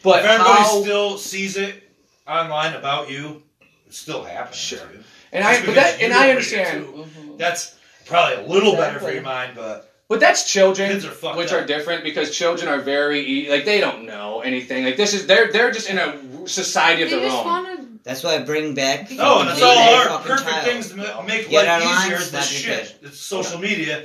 but if everybody how- still sees it online about you, it still happens. Sure. to you. and I Just but because that and you I agree understand. to it, That's probably a little better for Exactly. your mind, but But that's children, Kids are fucked which up. are different because children are very e- like they don't know anything. Like this is they're they're just in a society They of their just own. want to That's why I bring back. Oh, no, and it's fucking all Asian our fucking perfect child. things to ma- make Get life online, easier. is slap This your shit, face. it's social media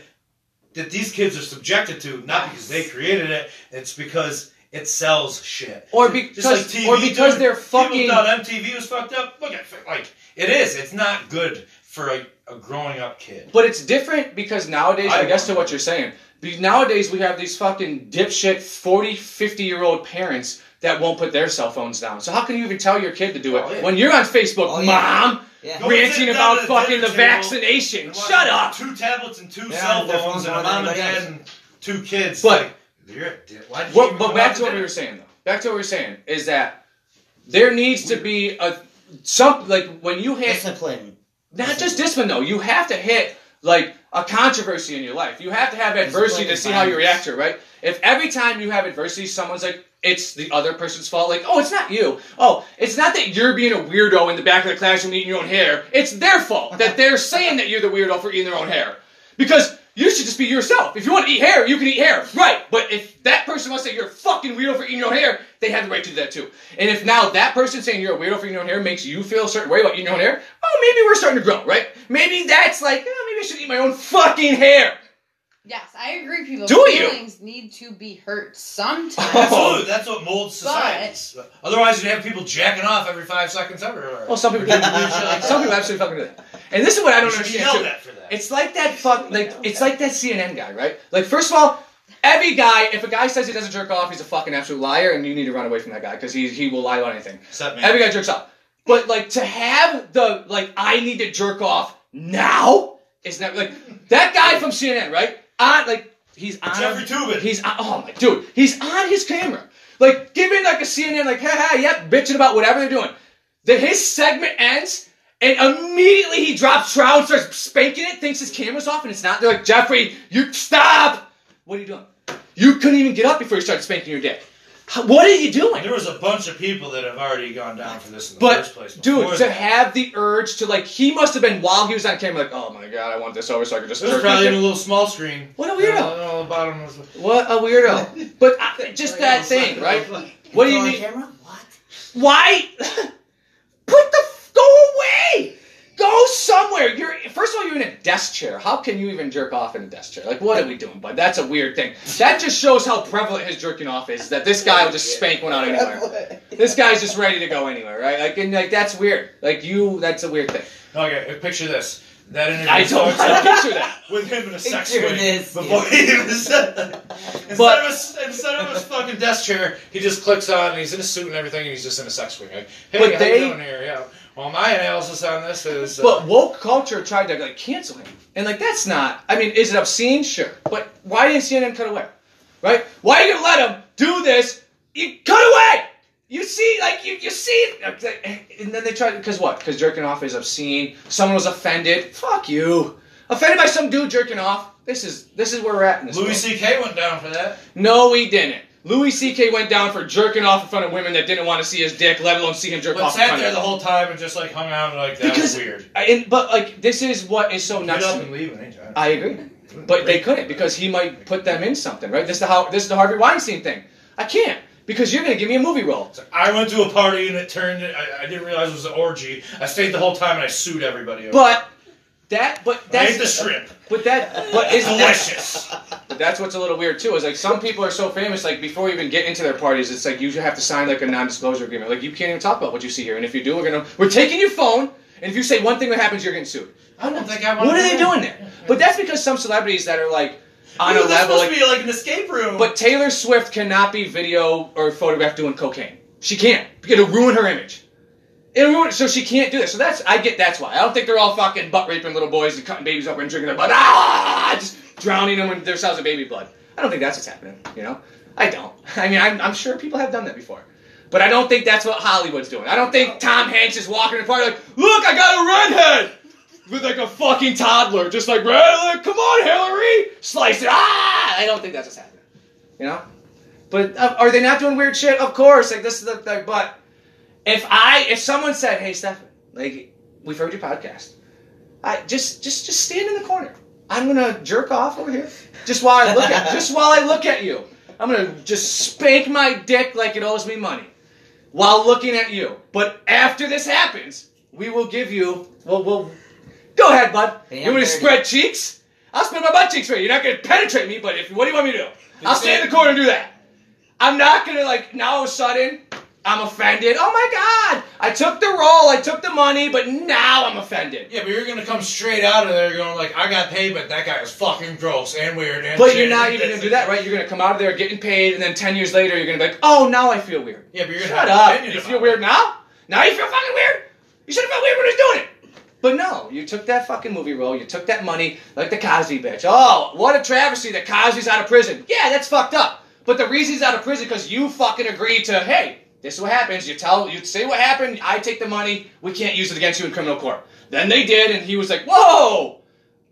that these kids are subjected to, not because they created it. It's because it sells shit. Or Just like because TV, or because dude. they're People fucking thought MTV was fucked up. Look at like it is. It's not good for a, a growing up kid. But it's different because nowadays, I, I guess to wonder. what you're saying, be- nowadays we have these fucking dipshit 40, 50 year old parents that won't put their cell phones down. So how can you even tell your kid to do it? Oh, yeah. when you're on Facebook, Oh, yeah. mom, Yeah. Go sit ranting down about at the fucking the dinner table vaccination. And Shut watch up! Two tablets and two Yeah, cell their phones phones and a more mom than and dad anybody and two kids. But- like, you're a dick. Why'd you Well, even but go out back to to what we dinner? were saying, though. Back to what we were saying is that there needs to be a. Some like when you hit Discipline. not just discipline though. You have to hit like a controversy in your life. You have to have adversity to see how you react to it, right? If every time you have adversity, someone's like, it's the other person's fault. Like, oh, it's not you. Oh, it's not that you're being a weirdo in the back of the classroom eating your own hair. It's their fault that they're saying that you're the weirdo for eating their own hair. Because you should just be yourself. If you want to eat hair, you can eat hair. Right. But if that person wants to say you're a fucking weirdo for eating your own hair, they have the right to do that too. And if now that person saying you're a weirdo for eating your own hair makes you feel a certain way about eating your own hair, oh, maybe we're starting to grow, right? Maybe that's like, oh, maybe I should eat my own fucking hair. Yes, I agree. People Do you? feelings need to be hurt sometimes. Oh. Absolutely, that's what molds societies. Otherwise, you'd have people jacking off every five seconds everywhere. Well, some people do. some people absolutely fucking do that. And this is what I don't you should be understand. yelled too. at for that. It's like that fuck. Like it's like that CNN guy, right? Like first of all, every guy, if a guy says he doesn't jerk off, he's a fucking absolute liar, and you need to run away from that guy because he he will lie about anything. Except me. Every guy jerks off, but like to have the like I need to jerk off now is not like that guy from CNN, right? On like he's on Jeffrey Toobin. He's on, oh my dude, he's on his camera. Like giving like a CNN like ha ha yep bitching about whatever they're doing. That his segment ends and immediately he drops trout, starts spanking it, thinks his camera's off, and it's not. They're like, Jeffrey, you stop! What are you doing? You couldn't even get up before you started spanking your dick. How- What are you doing? there was a bunch of people that have already gone down for this in the But first place. dude, before to that. have the urge to like, he must have been while he was on camera, like, oh my god, I want this over so I can just It was jerk my probably dick." in a little small screen. What a weirdo. Uh, all the bottom was- What a weirdo! but I, just that thing, right? What do you On need? Camera? What? Why? Put the f- go away. Go somewhere. You're first of all, you're in a desk chair. How can you even jerk off in a desk chair? Like, what are we doing, bud? That's a weird thing. That just shows how prevalent his jerking off is. That this guy will just spank one out anywhere. This guy's just ready to go anywhere, right? Like, and like that's weird. Like you, that's a weird thing. Okay, uh, picture this. That interview I don't. starts I out don't picture that. with him in a sex Picture swing this, before yeah. he even said that. Instead, But- of his, instead of his fucking desk chair, he just clicks on and he's in a suit and everything and he's just in a sex swing. Like, hey, But how they- you doing here? Yeah. Well, my analysis on this is. Uh, But woke culture tried to like cancel him, and like that's not. I mean, is it obscene? Sure, but why didn't CNN cut away? Right? Why didn't let him do this? You cut away. You see, like you you see, and then they tried because what? Because jerking off is obscene. Someone was offended. Fuck you. Offended by some dude jerking off. This is this is where we're at in this. Louis world. C.K. went down for that. No, he didn't. Louis C.K. went down for jerking off in front of women that didn't want to see his dick, let alone see him jerk But off. in sat front there of the them. whole time and just like hung out and like that Because- was weird. I- and, but like this is what is so Get nuts. up to me. and leave an angel. I agree, but they couldn't because he might put them in something, right? This is the how this is the Harvey Weinstein thing. I can't because you're gonna give me a movie role. I went to a party and it turned. I, I didn't realize it was an orgy. I stayed the whole time and I sued everybody. over it. But that, but I that's ate the shrimp. But that, but isn't that? Delicious. But that's what's a little weird too. Is like some people are so famous, like before you even get into their parties, it's like you have to sign like a non-disclosure agreement. Like you can't even talk about what you see here, and if you do, we're gonna we're taking your phone. And if you say one thing that happens, you're getting sued. I don't think I want. What are they doing there? But that's because some celebrities that are like on a level. like, supposed to be like an escape room. But Taylor Swift cannot be video or photographed doing cocaine. She can't. It'll ruin her image. It'll ruin so she can't do that. So that's I get that's why. I don't think they're all fucking butt raping little boys and cutting babies open and drinking their blood. Ah, just drowning them in their cells in baby blood. I don't think that's what's happening. You know, I don't. I mean, I'm, I'm sure people have done that before. But I don't think that's what Hollywood's doing. I don't think Tom Hanks is walking in the party like, look, I got a redhead with like a fucking toddler, just like, "Well, like, come on, Hillary, slice it. Ah, I don't think that's what's happening. You know, but uh, are they not doing weird shit? Of course. Like this is the like, but if I if someone said, hey, Stefan, like we've heard your podcast, I just just just stand in the corner. I'm gonna jerk off over here just while I look at just while I look at you. I'm gonna just spank my dick like it owes me money while looking at you. But after this happens, we will give you. Well, we'll go ahead, bud. Hey, you I'm want to dirty. spread cheeks? I'll spread my butt cheeks for you. You're not gonna penetrate me, but if what do you want me to do? I'll stay in the corner and do that. I'm not gonna like now all of a sudden I'm offended. Oh my god! I took the role, I took the money, but now I'm offended. yeah, but you're gonna come straight out of there going like, I got paid, but that guy was fucking gross and weird. And But shit." you're not even gonna do that, right? You're gonna come out of there getting paid, and then ten years later you're gonna be like, oh, now I feel weird. Yeah, but you're gonna Shut have an up. opinion You about feel it. weird now? Now you feel fucking weird? You should have felt weird when I was doing it. But no, you took that fucking movie role, you took that money, like the Cosby bitch. Oh, what a travesty that Cosby's out of prison. Yeah, that's fucked up. But the reason he's out of prison because you fucking agreed to, hey, this is what happens. You tell, you say what happened, I take the money, we can't use it against you in criminal court. Then they did, and he was like, whoa,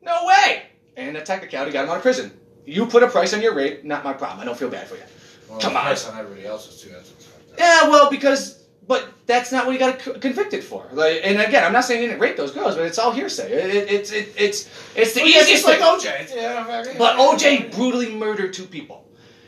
no way. And a technicality got him out of prison. You put a price on your rape, not my problem. I don't feel bad for you. Well, Come the on. price on everybody else's too. That's what's fucked up. Yeah, well, because but that's not what he got co- convicted for. Like, and again, I'm not saying he didn't rape those girls, but it's all hearsay. It, it, it's it, it's it's the Well, yeah, easiest just like thing. OJ. Yeah, I mean- But OJ brutally murdered two people.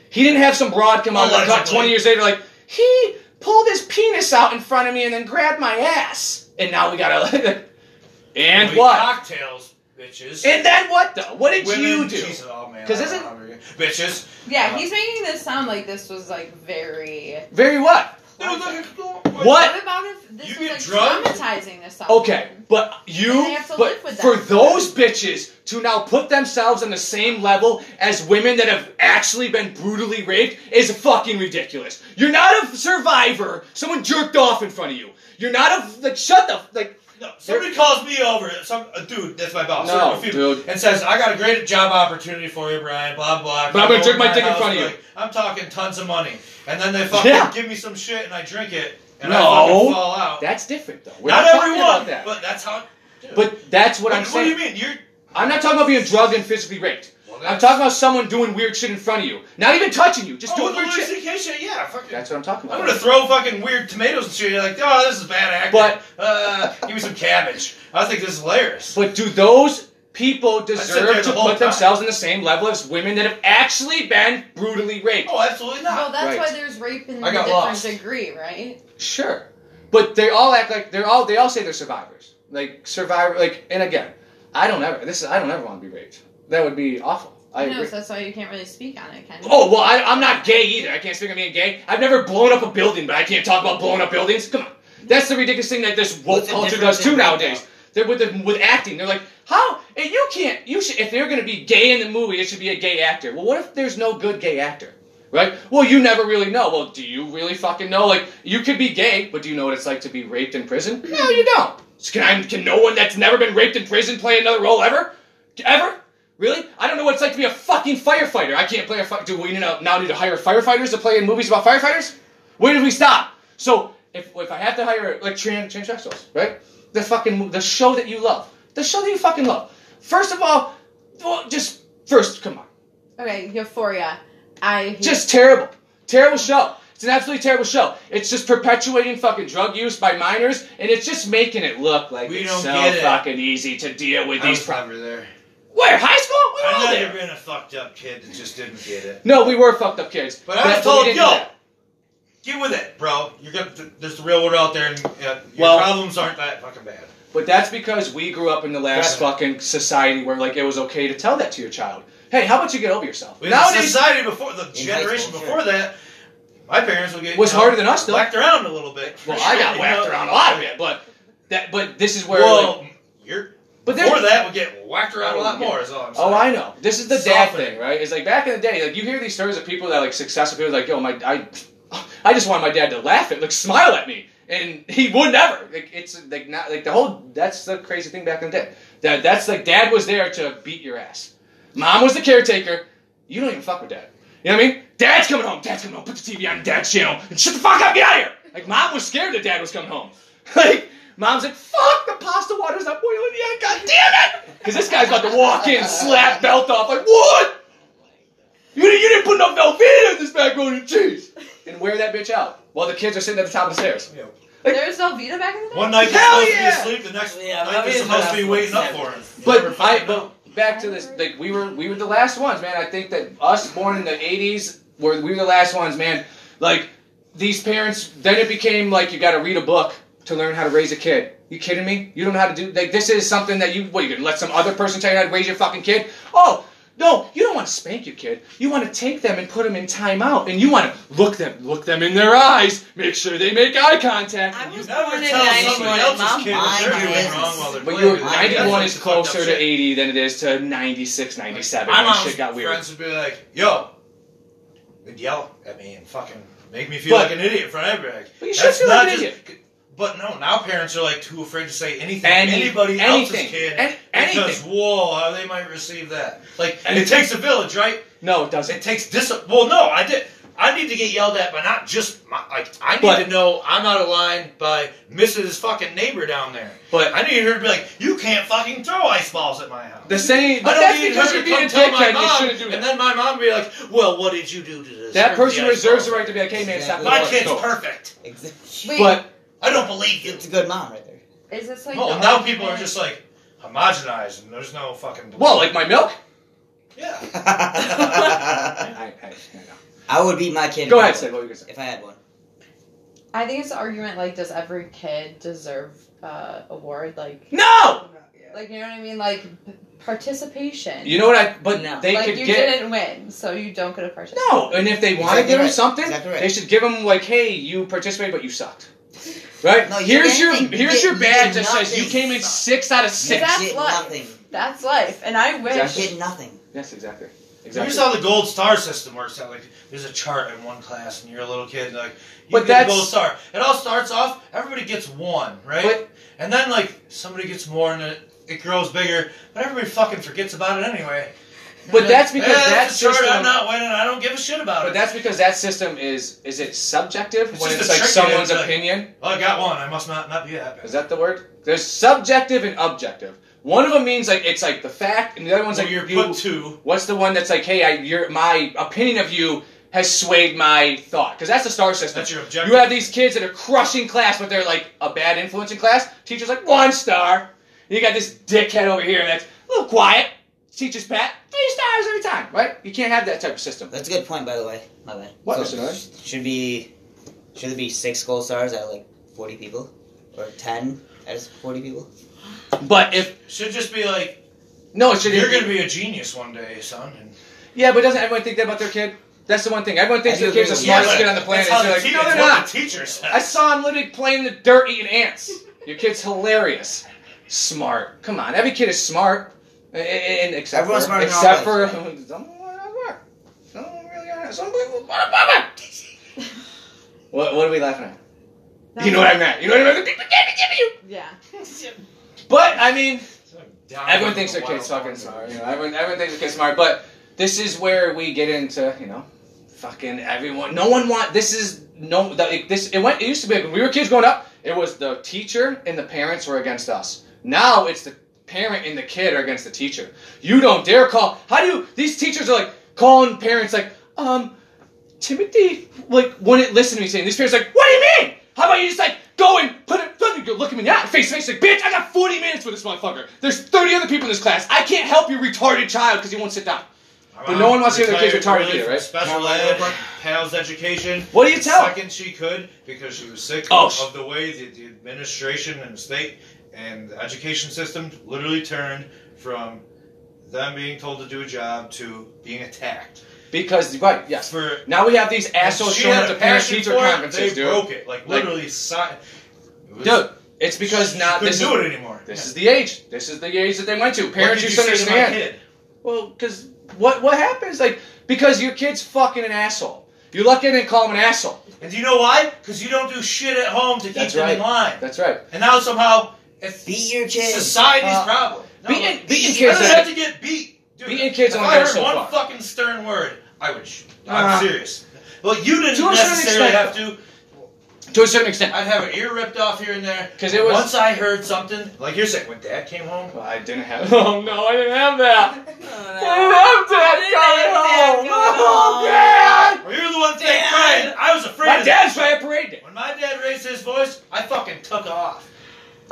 He didn't have some broad come out like Allegedly. 20 years later, like he pulled his penis out in front of me and then grabbed my ass, and now we gotta. and We what? Cocktails, bitches. And then what though? What did Women, you do? Jesus, oh man. 'Cause I isn't- don't know. bitches? Yeah, he's making this sound like this was like very. Very what? Dude, look What? at- go- What? about if this You was get like drugged? traumatizing to someone? Okay, but you, And they have to but live with for that. those bitches to now put themselves on the same level as women that have actually been brutally raped is fucking ridiculous. You're not a survivor. Someone jerked off in front of you. You're not a like. Shut the like. No, somebody calls me over. Some a dude, that's my boss. No, a few- dude. And says, "I got a great job opportunity for you, Brian." Blah blah. But I'm gonna Come drink over my dick in house, front of you. like, I'm talking tons of money, and then they fucking Yeah. give me some shit, and I drink it, and I No. fucking fall out. That's different though. We're not talking everyone, about that. but that's how. dude. But that's what, What- I'm what saying. do you mean? You're. I'm not talking about being drugged and physically raped. Well, I'm that's- talking about someone doing weird shit in front of you. Not even touching you. Just Oh, doing the weird Louis shit. CK shit. Yeah, fucking. That's what I'm talking about. I'm gonna throw fucking weird tomatoes and shit. You're like, oh, this is bad acting. But- uh, give me some cabbage. I think this is hilarious. But do those people sit there deserve the to whole put time. themselves in the same level as women that have actually been brutally raped? Oh, absolutely Well, not. that's Right. why there's rape in I a got different lost. degree, right? Sure, but they all act like they're all they all say they're survivors. Like survivor, like and again, I don't ever. This is, I don't ever want to be raped. That would be awful. I know, agree. so that's why you can't really speak on it, can you? Oh well, I, I'm not gay either. I can't speak on being gay. I've never blown up a building, but I can't talk about blowing up buildings. Come on, that's the ridiculous thing that this woke What's the culture difference does too in nowadays. They're with the, with acting. They're like, how if you can't you should if they're gonna be gay in the movie, it should be a gay actor. Well, what if there's no good gay actor? Right? Well, you never really know. Well, do you really fucking know? Like, you could be gay, but do you know what it's like to be raped in prison? No, you don't. So can I? Can no one that's never been raped in prison play another role ever? Ever? Really? I don't know what it's like to be a fucking firefighter. I can't play a fi- Do we need to- now need to hire firefighters to play in movies about firefighters? Where did we stop? So if, if I have to hire like trans transsexuals, right? The fucking mo- the show that you love, the show that you fucking love. First of all, well, just first, come on, Okay, Euphoria. I hate just terrible, terrible show. It's an absolutely terrible show. It's just perpetuating fucking drug use by minors, and it's just making it look like We it's don't so get it. fucking easy to deal with I these was problems. probably there. Where high school? We were all I've there. never been a fucked up kid that just didn't get it. No, we were fucked up kids. But I was That's what we told, didn't yo, do. Get with it, bro. You're gonna, th- there's the real world out there, and uh, your Well- problems aren't that fucking bad. But that's because we grew up in the last Right. fucking society where like it was okay to tell that to your child. Hey, how about you get over yourself? In the Nowadays, society before the school, generation sure. before that, my parents would get Was you know, harder than us, though. Whacked around a little bit. well, I got You whacked know? around a lot of it, but that but this is where. like, Well, you're but there's before that would get whacked around a lot Yeah. more. Is all I'm saying. Oh, I know. This is the dad Soften. thing, right? It's like back in the day, like you hear these stories of people that like successful people, like yo, my I, I just want my dad to laugh at, like smile at me, and he would never. Like it's like not like the whole. That's the crazy thing back in the day. That that's like dad was there to beat your ass. Mom was the caretaker. You don't even fuck with dad. You know what I mean? Dad's coming home. Dad's coming home. Put the TV on dad's channel and shut the fuck up. Get out of here. Like mom was scared that dad was coming home. Like mom's like, fuck, the pasta water's not boiling yet. God damn it! Because this guy's about to walk in, slap belt off. Like what? You didn't, you didn't put no Velveeta in this macaroni and cheese. And wear that bitch out while the kids are sitting at the top of the stairs. Yeah. There was Velveeta back in the day? One night Hell they're supposed yeah! to be asleep, the next Yeah, night that they're is supposed to be what waiting up happened. for him. Never But I fucking know. but back to this like we were we were the last ones, man. I think that us born in the eighties were we were the last ones, man. Like these parents then it became like you gotta read a book to learn how to raise a kid. You kidding me? You don't know how to do like this is something that you what you gonna let some other person tell you how to raise your fucking kid? Oh no, you don't want to spank your kid. You want to take them and put them in timeout, and you want to look them, look them in their eyes, make sure they make eye contact. I You was never born in tell 91. somebody else's kid what My they're mom doing is- wrong while they're But playing you're with them. That's 91 what is the fucked up closer to shit. 80 than it is to 96, 97 My when mom's shit got weird. friends would be like, "Yo," they'd yell at me and fucking make me feel But- like an idiot in front of everybody. But you should feel like an idiot. But no, now parents are like too afraid to say anything to Any- anybody anything. else's kid An- because anything. whoa, how they might receive that. Like And- it takes a village, right? No, it It doesn't. takes dis. Well, no, I did. I need to get yelled at, but not just my, like I need But- to know I'm out of line by Mrs. fucking neighbor down there. But- I need her to be like, "You can't fucking throw ice balls at my house." The same. I But don't that's need because her you're to being a come tell my dickhead. You mom, shouldn't do And that. then my mom be like, "Well, what did you do to this?" That person reserves the right to be like, hey man, stop. My let's kid's go. perfect. Exactly. Wait, But I don't believe you. It's a good mom right there. is this like. Well, the now argument- people are just like homogenized, and there's no fucking. well, like my milk. yeah. I I, I, I would beat my kid. know. Go if I ahead, would, say what you gonna say. If I had one. I think it's the argument like, does every kid deserve uh, award? Like, No. like you know what I mean? Like, p- participation. You know what I? But No. they like, could you get. didn't win, so you don't get a participation. No, and if they want to Exactly give him right. something, Exactly right. they should give him like, "Hey, you participated, but you sucked." Right? No, you here's did your anything. here's You your did badge that says nothing. you came in six out of You six. That's did life. nothing. That's life, and I wish. You did nothing. Yes, exactly. Here's Exactly. how the gold star system works out. Like, there's a chart in one class, and you're a little kid, and like, you But get that's- a gold star. It all starts off, everybody gets one, right? But- and then, like, somebody gets more, and it, it grows bigger, but everybody fucking forgets about it anyway. But You're that's like, because "Eh, that it's a chart, system- I'm not winning, I don't give a shit about But it. that's because that system is is it subjective It's when just it's a like trick, someone's it's like- opinion? well, I got one, I must not, not be that bad. Is that the word? There's subjective and objective. One of them means like it's like the fact, and the other one's Well, like you're you- put two. What's the one that's like, hey, I, your my opinion of you has swayed my thought? Because that's the star system. That's your objective. You have these kids that are crushing class, but they're like a bad influence in class. Teacher's like one star. You got this dickhead over here that's a little quiet. Teacher's pat three stars every time, right? You can't have that type of system. That's a good point, by the way. My bad. What, So, Mr. Miller? sh- Should be, should there be six gold stars out of like forty people, or ten out of forty people? But if Should just be like, No, it should. You're gonna be a genius one day, son. And Yeah, but doesn't everyone think that about their kid? That's the one thing. Everyone thinks I their do kid's the agree with smartest you. kid on the planet. That's how So the like, te- no, they're it's what not. The teacher says. I saw him literally playing in the dirt eating ants. Your kid's hilarious. Smart. Come on, every kid is smart. A- a- And except Everyone's for, smart in their except own for some people are not smart. Some really are. Some people are not smart. What, what are we laughing at? You know what I'm at. You know what I'm at. Yeah. But I mean, Down Everyone with thinks the their kid's wild fucking horses. smart. You know, everyone, everyone thinks their kid's smart, but this is where we get into, you know, fucking everyone. No one want. This is no. The, it, this it went. It used to be when we were kids growing up. It was the teacher and the parents were against us. Now it's the parent and the kid are against the teacher. You don't dare call. How do you? These teachers are like calling parents like, um, Timothy, like wouldn't listen to me saying. These parents are like, what do you mean? How about you just like go and put it fucking look him in the eye, face to face, like bitch, I got 40 minutes with this motherfucker. There's 30 other people in this class. I can't help your retarded child because he won't sit down. But no one wants to hear their kids Retired retarded early either, from right? Special ed, Pals education. What do you the tell 'em? Second, she could because she was sick Oh, sh- of the way the, the administration and the state and the education system literally turned from them being told to do a job to being attacked. Because right, yes. For Now we have these and assholes she showing had up to a parent passion teacher for it, conferences, They dude. broke it, like Like- literally. si- it was- Dude, it's because she now couldn't this do is it anymore. this is the age. This is the age that they went to. Parents used to understand. Well, because what what happens like because your kid's fucking an asshole. You look in and call him an asshole. And do you know why? Because you don't do shit at home to keep That's them right. in line. That's right. And now somehow it's Beat your kid. society's Uh, problem. No, beating- like, beating I kids don't is- have to get beat. Dude, Beating kids if only I goes heard so one far. fucking stern word, I would. Sh- Uh, I'm serious. Well, you didn't to a certain necessarily have extent, to. To a certain extent. I'd have an ear ripped off here and there. 'Cause it was- once I heard something like you're saying when Dad came home. Well, I didn't have. Oh no, I didn't have that. I didn't Oh, have I didn't have that coming that home. going Oh, on. dad! Well, you're the one thing Dad! crying. I was afraid. My of dad's that. evaporated. When my dad raised his voice, I fucking took off.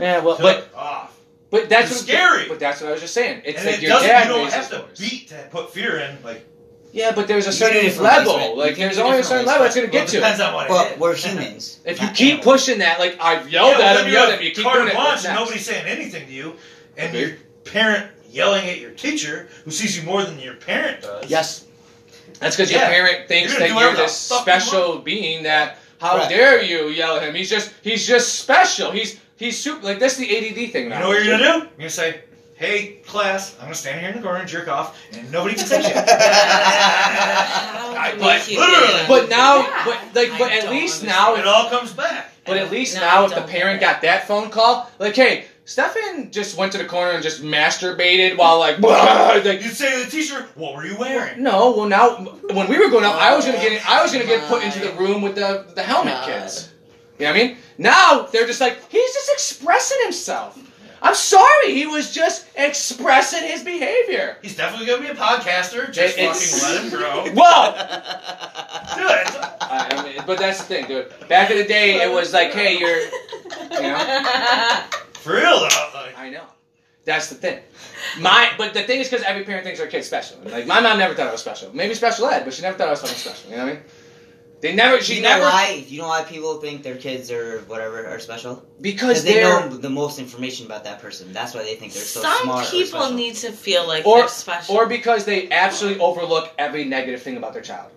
Yeah, well, Took but off. but that's It's what, scary. But that's what I was just saying. It's and like it your doesn't. dad You don't raises have to boys. beat to put fear in. Like Yeah, but there's a You certain need different level. ways, man. Like You need there's only a different certain ways, level but- it's gonna well, get it to. depends on what. it But is. we're humans. If you not keep animals. pushing that, like I've Yeah, yelled well, at then him, you yelled have at him, you keep carte doing it. blanche what's and next? nobody's saying anything to you, and Okay. your parent yelling at your teacher, who sees you more than your parent does. Yes. That's because Yeah. your parent thinks You're that gonna do you're whatever this the fuck you special being that how Right. dare you yell at him? He's just he's just special. He's he's super like that's the ADD thing You now. know what you're gonna do? You're gonna say, "Hey, class, I'm gonna stand here in the corner and jerk off, and nobody can say shit." How do we But keep literally- getting on But now, Yeah. but like, but I at don't least now, understand. it all comes back. but at least No, now, I if the don't parent get it. got that phone call, like, hey, Stefan just went to the corner and just masturbated while like, blah, like, You'd say to the teacher, "What were you wearing?" no, well now, when we were growing up, I was gonna get, I was gonna get put into the My room with the the helmet God. kids. You know what I mean? Now they're just like, he's just expressing himself. I'm sorry, he was just expressing his behavior. He's definitely gonna be a podcaster. Just It- it's- fucking let him grow. Dude, Well, it's- I, I mean, but that's the thing, dude. Back in the day, it was like, hey, you're for real though. Like, I know. That's the thing. My, but the thing is, because every parent thinks their kid's special. Like my mom never thought I was special. Maybe special ed, but she never thought I was fucking special. You know what I mean? They never. She you know never. why? You know why people think their kids or whatever are special? Because Because they they are know the most information about that person. That's why they think they're so Some smart. or people special. need to feel like Or- they're special. or because they absolutely overlook every negative thing about their child.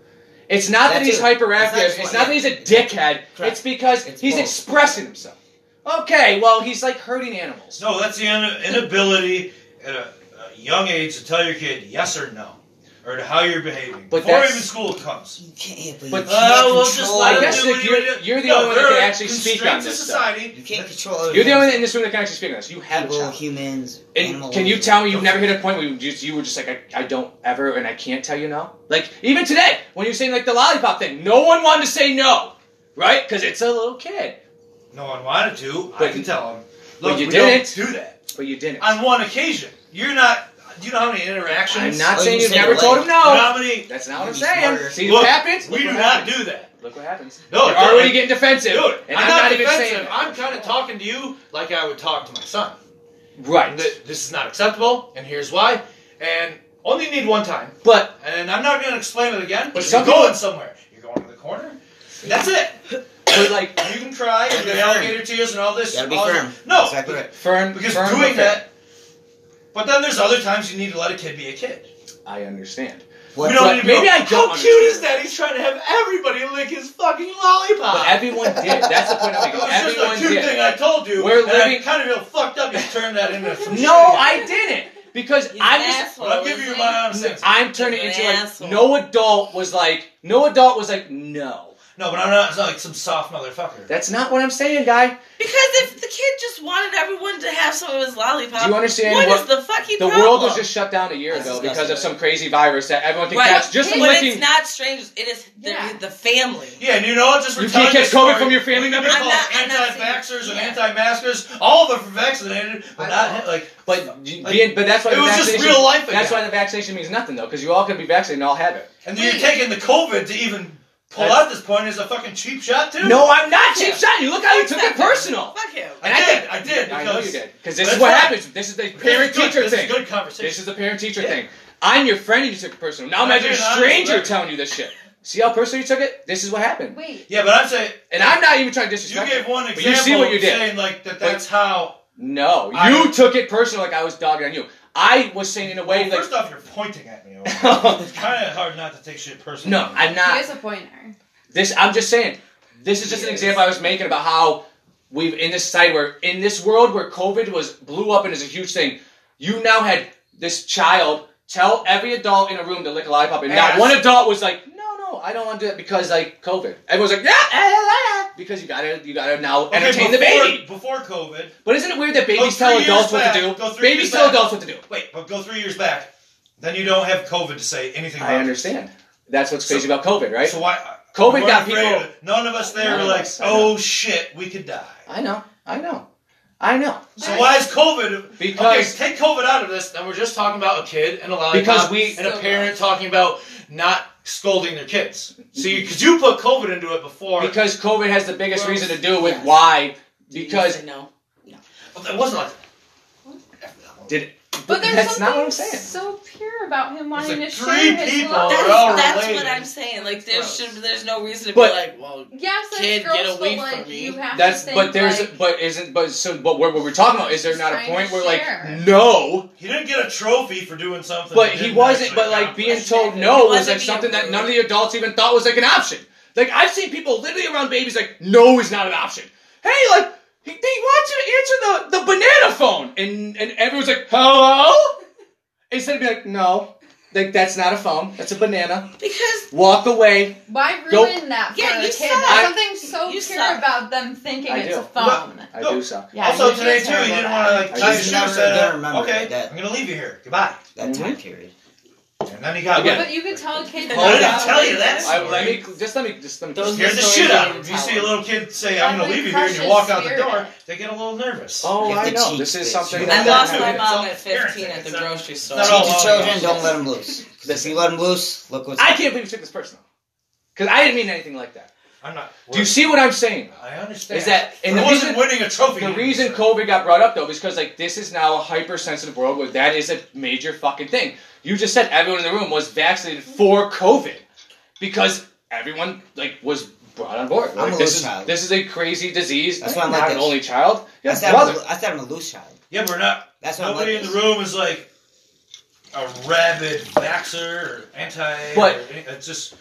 It's not that, That he's too. hyperactive. It's It's not, not- that he's a dickhead. Correct. It's because It's he's both. expressing himself. Okay, well, he's like hurting animals. No, that's the in- inability at a, a young age to tell your kid yes or no, or to how you're behaving But before that's- even school comes. You can't, but, But- you can't Uh, control. we'll just let I him guess do that what you're- he- you're the No, only one that there can are actually speak constraints on to this stuff. society. you can't control. other You're the things. only one in this room that can actually speak on this. You have a people, child. humans, And animals. can you tell me you've never hit a point where you just you were just like I, I don't ever and I can't tell you no? Like even today when you're saying like the lollipop thing, no one wanted to say no, right? Because it's a little kid, No one wanted to. I But- can tell him. but Look, you we didn't. don't do that but you didn't. on one occasion. You're not. Do you know how many interactions? I'm not Oh, saying you you've say never no. told him You know no. how many? That's not what I'm Be saying. smarter. See Look, what happens? We Look do what not happens. do that. Look what happens. No, You're don't- already getting defensive, Dude, and I'm, I'm not, even defensive. saying that. I'm kind of talking to you like I would talk to my son. right. Th- This is not acceptable, and here's why. And only need one time. But And I'm not going to explain it again, But but some you're going people- somewhere. You're going to the corner. That's it. but like You can cry and Gotta be the firm. alligator tears and all this. Gotta be all firm. This. No, Exactly but- right. Fern because Fern doing Hooker. that But then there's other times you need to let a kid be a kid. I understand. What- we don't but need to maybe go, I How don't cute is understand. that? He's trying to have everybody lick his fucking lollipop. Oh, But everyone did. That's the point I'm Ah. It making. was just Everyone a cute did. thing I told you. We're and living- I kind of feel fucked up. You turned that into some No, I didn't. Because He's I'm an just asshole, But I'll give you isn't my he? honest answer. I'm turning He's into an like asshole. no adult was like no adult was like no. No, but I'm not, it's not like some soft motherfucker. That's not what I'm saying, guy. Because if the kid just wanted everyone to have some of his lollipop, Do you understand what what- is the fucking The problem? world was just shut down a year That's ago disgusting. because of some crazy virus that everyone thinks Right. that's just but licking. it's not strangers. It is the, Yeah. the family. Yeah, and you know what? Just You retell can't your catch COVID story. from your family We can member. I'm call not- I'm not anti-vaxxers saying- and yeah. anti-maskers. All of them are vaccinated, but not like. But you- being, but that's why It the was just vaccination. real life That's again. why the vaccination means nothing though, because you all can be vaccinated and all have it. And then you're taking the COVID to even pull That's- out this point is a fucking cheap shot too. No, I'm not cheap Yeah. shot. You look how you took it Exactly. personal. Fuck him. I and I did. I did. I know because you did, because this That's is what right. happens. This is the parent this is good- teacher this thing. Is good conversation. This is the parent teacher Yeah. thing. I'm your friend and you took it personal. Now I'm imagine a being honest stranger with you. telling you this shit. See how personal you took it? This is what happened. Wait. yeah, but I'm saying And I'm not even trying to You disrespect gave one But example. you see what you did. Saying like that. That's how. No, I- you took it personal like I was dogging on you. I was saying in a way Well, like. first off, you're pointing at me. Omar. it's kind of hard not to take shit personally. no, I'm He not. is a pointer. This I'm just saying. This is just an Yes. example I was making about how we've in this side where in this world where COVID was blew up and is a huge thing. You now had this child tell every adult in a room to lick a lollipop, and not Ass. one adult was like, "No, no, I don't want to do it because like COVID." Everyone's like, "Yeah, eh, eh, eh," because you gotta you gotta now Okay, entertain before, the baby. Before COVID, But isn't it weird that babies three tell years adults back. what Go to do? three Babies years tell back. adults what to do. wait, but go three years back. Then you don't have COVID to say anything. I about. understand. That's what's crazy So- about COVID, right? So why? COVID we're got afraid people- of- None of us there None were of like, us, I know. "Oh shit, we could die." I know, I know, I know. So why is COVID? Because- okay, take COVID out of this, and we're just talking about a kid and a lollipop Because we- and a parent talking about not scolding their kids. See, because you put COVID into it before. Because COVID has the biggest Well, reason to do with yes. why. Did you Because say no. But it wasn't like. did But there's that's something not what I'm saying. so pure about him wanting like to three share his people love. We're That's, all that's related. what I'm saying. Like there Gross. should there's no reason to But- be like, well, Yes, that's Kid, gross, get away but, like, from me. You have That's to think, but there's like, but isn't but so but what, what we're talking about is there not a Trying point to where share. like no, He didn't get a trophy for doing something. but that he didn't wasn't. actually But like accomplish. being told He no was wasn't like being something that rude. none of the adults even thought was like an option. Like I've seen people literally around babies like no is not an option. Hey, like he- they want you to answer the the banana phone, and and everyone's like hello, instead of being like no. Like that's not a phone. That's a banana. because Walk away. why Go- ruin that for Yeah, a you kid? suck. There's I- something so you pure suck. about them thinking I it's do. a phone. I Look- do suck. Yeah, also you feel today too, terrible you didn't about want to it. like I tie your just shoe. never- Said, never remembered okay, that. I'm gonna leave you here. Goodbye. That time period. And then he got Again. wet. But you could tell a kid. I that didn't about tell it. you that I, let me just let me just let me. Those- Hear the Story shit out you of him. You tell see a him. little kid say, "I'm That, gonna like, leave you here," and you crushes walk out the spirit. door. They get a little nervous. oh, Get I the know. cheek This is bitch. something You I that Yeah, lost dude, my it's all mom at parenting. 15 at the It's not- grocery store. not Teach all your Oh, children, yeah. don't let them loose. 'Cause if you let them loose, look what's I can't believe you took this personal because I didn't mean anything like that. I'm not. Do you see what I'm saying? I understand. Is that- and I the wasn't reason- winning a trophy? The reason COVID got brought up though is because like this is now a hypersensitive world where that is a major fucking thing. You just said everyone in the room was vaccinated for COVID because everyone like was brought on board. I'm Like, a this loose is child. this is a crazy disease. That's That's why I'm not like an this. only child. I Yes, said I'm brother. a- I said I'm a loose child. Yeah, we're not. That's why I'm Nobody like in the this. room is like a rabid vaxxer or anti. But- or any- it's just.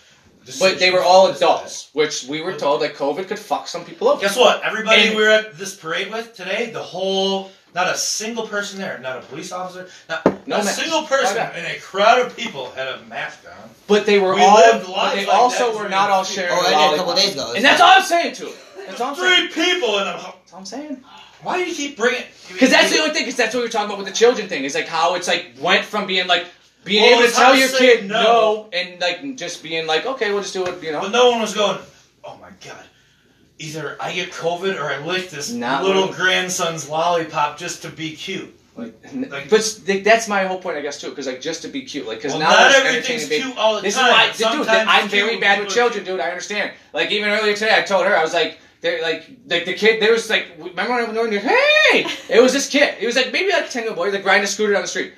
this But is- they were all this is- adults, which we were told that COVID could fuck some people up. Guess what? Everybody And- we were at this parade with today, the whole, not a single person there, not a police officer, not, No not a mask. single person Why not? in a crowd of people had a mask on. But they were We all. lived But lives they like that also for were not all three- sharing. Oh, I did a couple lollipops. days ago. And that's all I'm saying to it. That's all I'm saying. Three people in a. That's all I'm saying. Why do you keep bringing? Because that's the only thing. Because that's what we were talking about with the children thing. Is like how it's like went from being like being Well, able to it's hard tell to your say kid no. no. and like just being like okay, we'll just do it. You know. But no one was going. Oh my god! Either I get COVID or I lick this Not little really. grandson's lollipop just to be cute. like- but s- th- that's my whole point, I guess, too. Because like just to be cute, like because Well, now not it's everything's entertaining baby- cute all the This time. is why, dude. Sometimes I'm it's very cute, bad with people are children, dude. I understand. Like even earlier today, I told her I was like, they're like, like the kid. There was like, remember when I went over there? Hey, it was this kid. He was like maybe like ten year old boy, like riding a scooter down the street.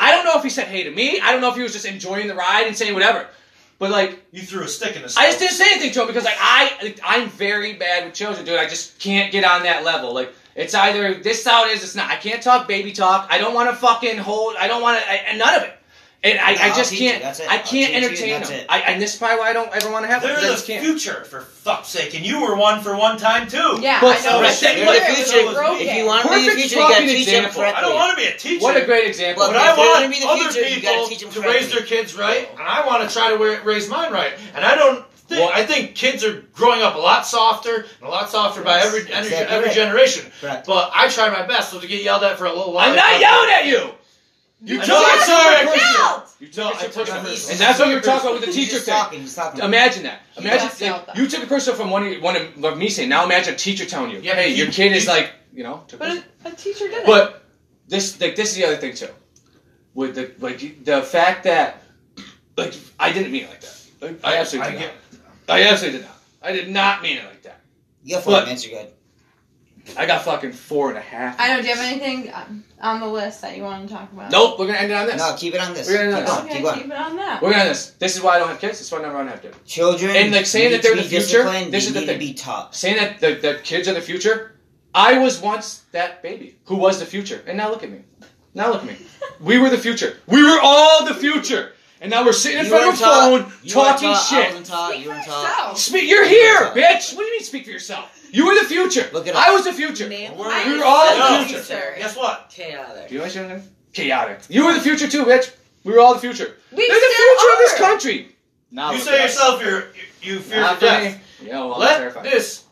I don't know if he said hey to me. I don't know if he was just enjoying the ride and saying whatever. But like, You threw a stick in his. I just didn't say anything to him because like I I'm very bad with children, dude. I just can't get on that level. Like it's either this is how it is, it's not. I can't talk baby talk. I don't want to fucking hold. I don't want to none of it. And I, No, I I'll just teach you, can't. that's it. I'll I can't teach you, entertain that's them. it. I, and this is probably why I don't ever want to have them. They're I the just can't. future, for fuck's sake, and you were one for one time too. Yeah, But- I know. but but that- you're but right, if it's you- broken. If you want to be the Perfect future, you gotta fucking teach them example. correctly. I don't want to be a teacher. What a great example. Look, But I if you're gonna want be the other future, you gotta people teach 'em to correctly. raise their kids right, and I want to try to wear, raise mine right. And I don't. Think, Well- I think kids are growing up a lot softer and a lot softer by Yes, every every- exactly every right. generation. Correct. But I try my best not to get yelled at for a little while. I'm not yelling at you. You I took know, I'm it sorry, I to couldn't- personal. Yelled! You No, took it I to took it personal. personal. And that's what you're talking about with the He's teacher just thing. Talking, just talking. Imagine that. He Imagine does like, yell, though. you took a person from one of, you- one of like me saying. Now imagine a teacher telling you, Yeah, "Hey, but your he- kid is he- like, you know." took But a, a teacher did it. But this, like, this is the other thing too. With the like the fact that, like, I didn't mean it like that. Like, I absolutely I did get- not. I absolutely did not. I did not mean it like that. You got four Look. minutes, you're good. I got fucking four and a half. I know. Do you have anything um, on the list that you want to talk about? Nope, we're gonna end it on this. No, keep it on this. We're gonna- Keep going, Okay, keep keep, going. it on that. We're gonna end this. This is why I don't have kids. This is why I never want to have kids. Children And, like, saying need that they're to the be future, disciplined, they this is the need thing. to be taught. Saying that the, the kids are the future. I was once that baby who was the future, and now look at me. Now look at me. We were the future. We were all the future, and now we're sitting in You front weren't of a phone taught, you weren't talking taught, I wasn't taught, shit. Speak you weren't for taught. yourself. Speak. You're here, bitch. What do you mean speak for yourself? You were the future. Look it up. I was the future. Do Male- We're- I'm we're all so the future. Guess what? Okay, out of there. you know what I'm saying? Chaotic. You were the future too, bitch. We were all the future. We They're the still future are. of this country. Now You look say at us. yourself you're, you you fear Not for death. me. Yeah, well, I'm Let terrified. this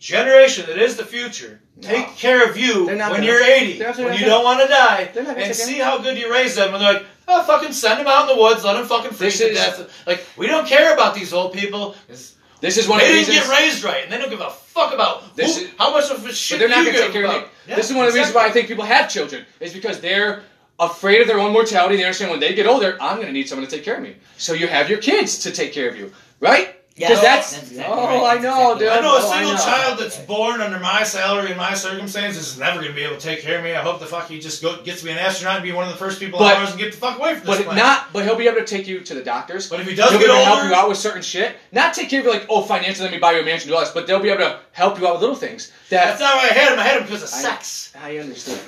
generation that is the future No. take care of you They're when not gonna- you're 80, they're not when gonna- you don't want to die, They're not gonna and take care- see how good you raise them. And they're like, oh, fucking send them out in the woods, let them fucking freeze This to is- death. Like, we don't care about these old people. It's- This is one they of the didn't reasons. get raised right, and they don't give a fuck about who, This is- how much of a But shit they're not you going to take give care of about. me. this is one of the reasons why I think people have children is because they're afraid of their own mortality. They understand when they get older, I'm going to need someone to take care of me. So you have your kids to take care of you, right? Yeah, Because that's, that's exactly oh, right, I that's know, exactly dude. right. I know a Oh, single know. child that's born under my salary and my circumstances is never going to be able to take care of me. I hope the fuck he just go, gets to be an astronaut and be one of the first people But- on Mars and get the fuck away from But this it planet. not. But he'll be able to take you to the doctors. But if he does he'll get be able to older- help you out with certain shit. Not take care of you like oh financially, let me buy you a mansion, do all this. But they'll be able to help you out with little things. That's That not why I had him. I had him because of I- sex. I understand.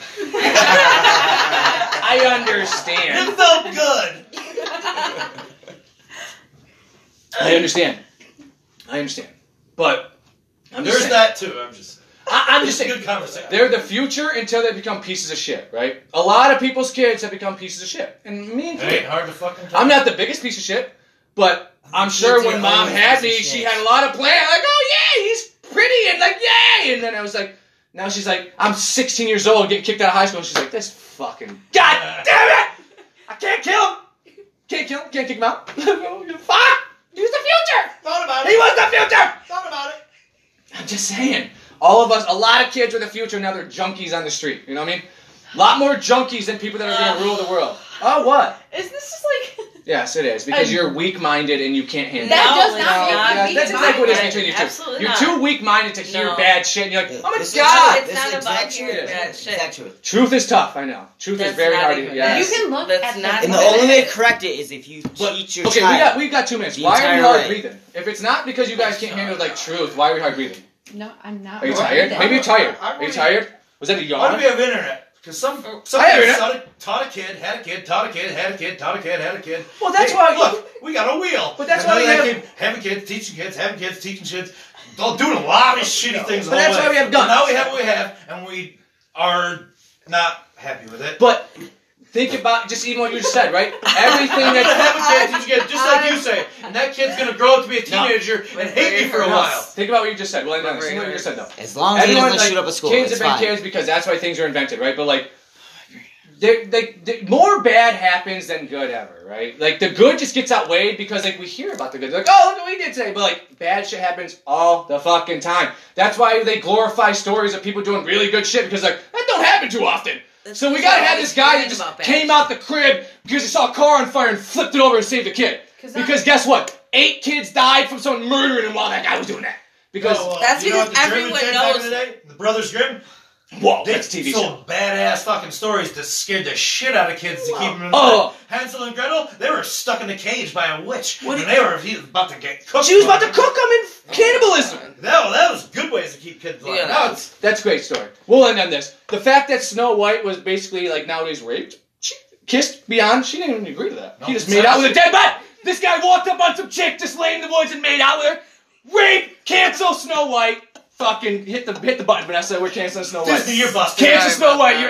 I understand. It felt good. I understand. I understand. But I'm There's just saying, that too. I'm just. I, am just saying Good conversation. they're the future until they become pieces of shit, right? A lot of people's kids have become pieces of shit, and me It ain't included. hard to fucking. I'm not the biggest piece of shit, but I'm Kids sure are when mom always had me, pieces of she shit. had a lot of plans. Like, oh yeah, he's pretty, and like yay, and then I was like. Now she's like, I'm 16 years old, getting kicked out of high school. And she's like, this fucking god damn it, I can't kill him, can't kill him, can't kick him out. Fuck, he's the future. Thought about He it. was the future. Thought about it. I'm just saying. All of us, a lot of kids are the future, now they're junkies on the street. You know what I mean? A lot more junkies than people that are going to rule the world. Oh, what? Isn't this just like? Yes, it is. Because you're weak minded and you can't handle That it. No, does it's not make not. you Yeah, weak that's exactly what it is minded. between you two. Absolutely you're not. too weak minded to hear No. bad shit and you're like, oh my This is god. true. It's This is not about exact hearing truth. that shit. Exact truth. Truth is tough, I know. Truth is That's very not hard to even- hear. Yes. You can look That's at not- them. And the only way to correct it is if you But- teach your Okay, we got, child. we got two minutes. The Why are we entire hard way. breathing? If it's not because you guys can't handle like truth, why are we hard breathing? No, I'm not. Are you wrong tired? with Maybe you're it. tired. I- I Are you really- tired? Was that a Why do yawn? we have internet? Because some some I have kids Oh, internet. taught a, taught a kid, had a kid, taught a kid, had a kid, taught a kid, had a kid. Well, that's Hey, why- Look, we got a wheel. But that's And why then we I have- keep having kids, teaching kids, having kids, teaching kids, all doing a lot of shitty things. But the whole that's why way. we have guns. Now we have what we have, and we are not happy with it. But think about just even what you just said, right? Everything I'm gonna that have a kid, teach a kid, just like you Uh, say, and that kid's gonna grow up to be a No. teenager and Wait, hate me for a wait, while. think about what you just said. Well, no, no, Right, think about what you right. just said though. As long as he doesn't like, shoot up a school, kids it's have been fine. kids because that's why things are invented, right? But like, they, they, they, more bad happens than good ever, right? Like the good just gets outweighed because like we hear about the good, like oh look what we did today, but like bad shit happens all the fucking time. That's why they glorify stories of people doing really good shit because like that don't happen too often. That's So we what gotta I'm have this guy that hearing just about bad came shit. out the crib because he saw a car on fire and flipped it over and saved a kid. 'Cause I'm- Because guess what? Eight kids died from someone murdering him while that guy was doing that. Because No, uh, That's you know because what the Germans everyone did back in knows- the, day? the Brothers Grimm. Whoa, They Oh, that's a TV told show. badass fucking stories that scared the shit out of kids to keep them in Oh. line. Hansel and Gretel, they were stuck in a cage by a witch. What and do they were he was about to get cooked. She was about to cook them in cannibalism. That, wa- that was good ways to keep kids alive. Yeah. Now it's That's a great story. We'll end on this. The fact that Snow White was basically like nowadays raped, she kissed beyond, she didn't even agree to that. No, he just it's made not- out with a dead body. This guy walked up on some chick just laying in the woods and made out with her. Rape, cancel Snow White. Fucking hit the hit the button, Vanessa. We're canceling Snow White. Disney, you're busted. Cancel Sorry Snow about White. that. You're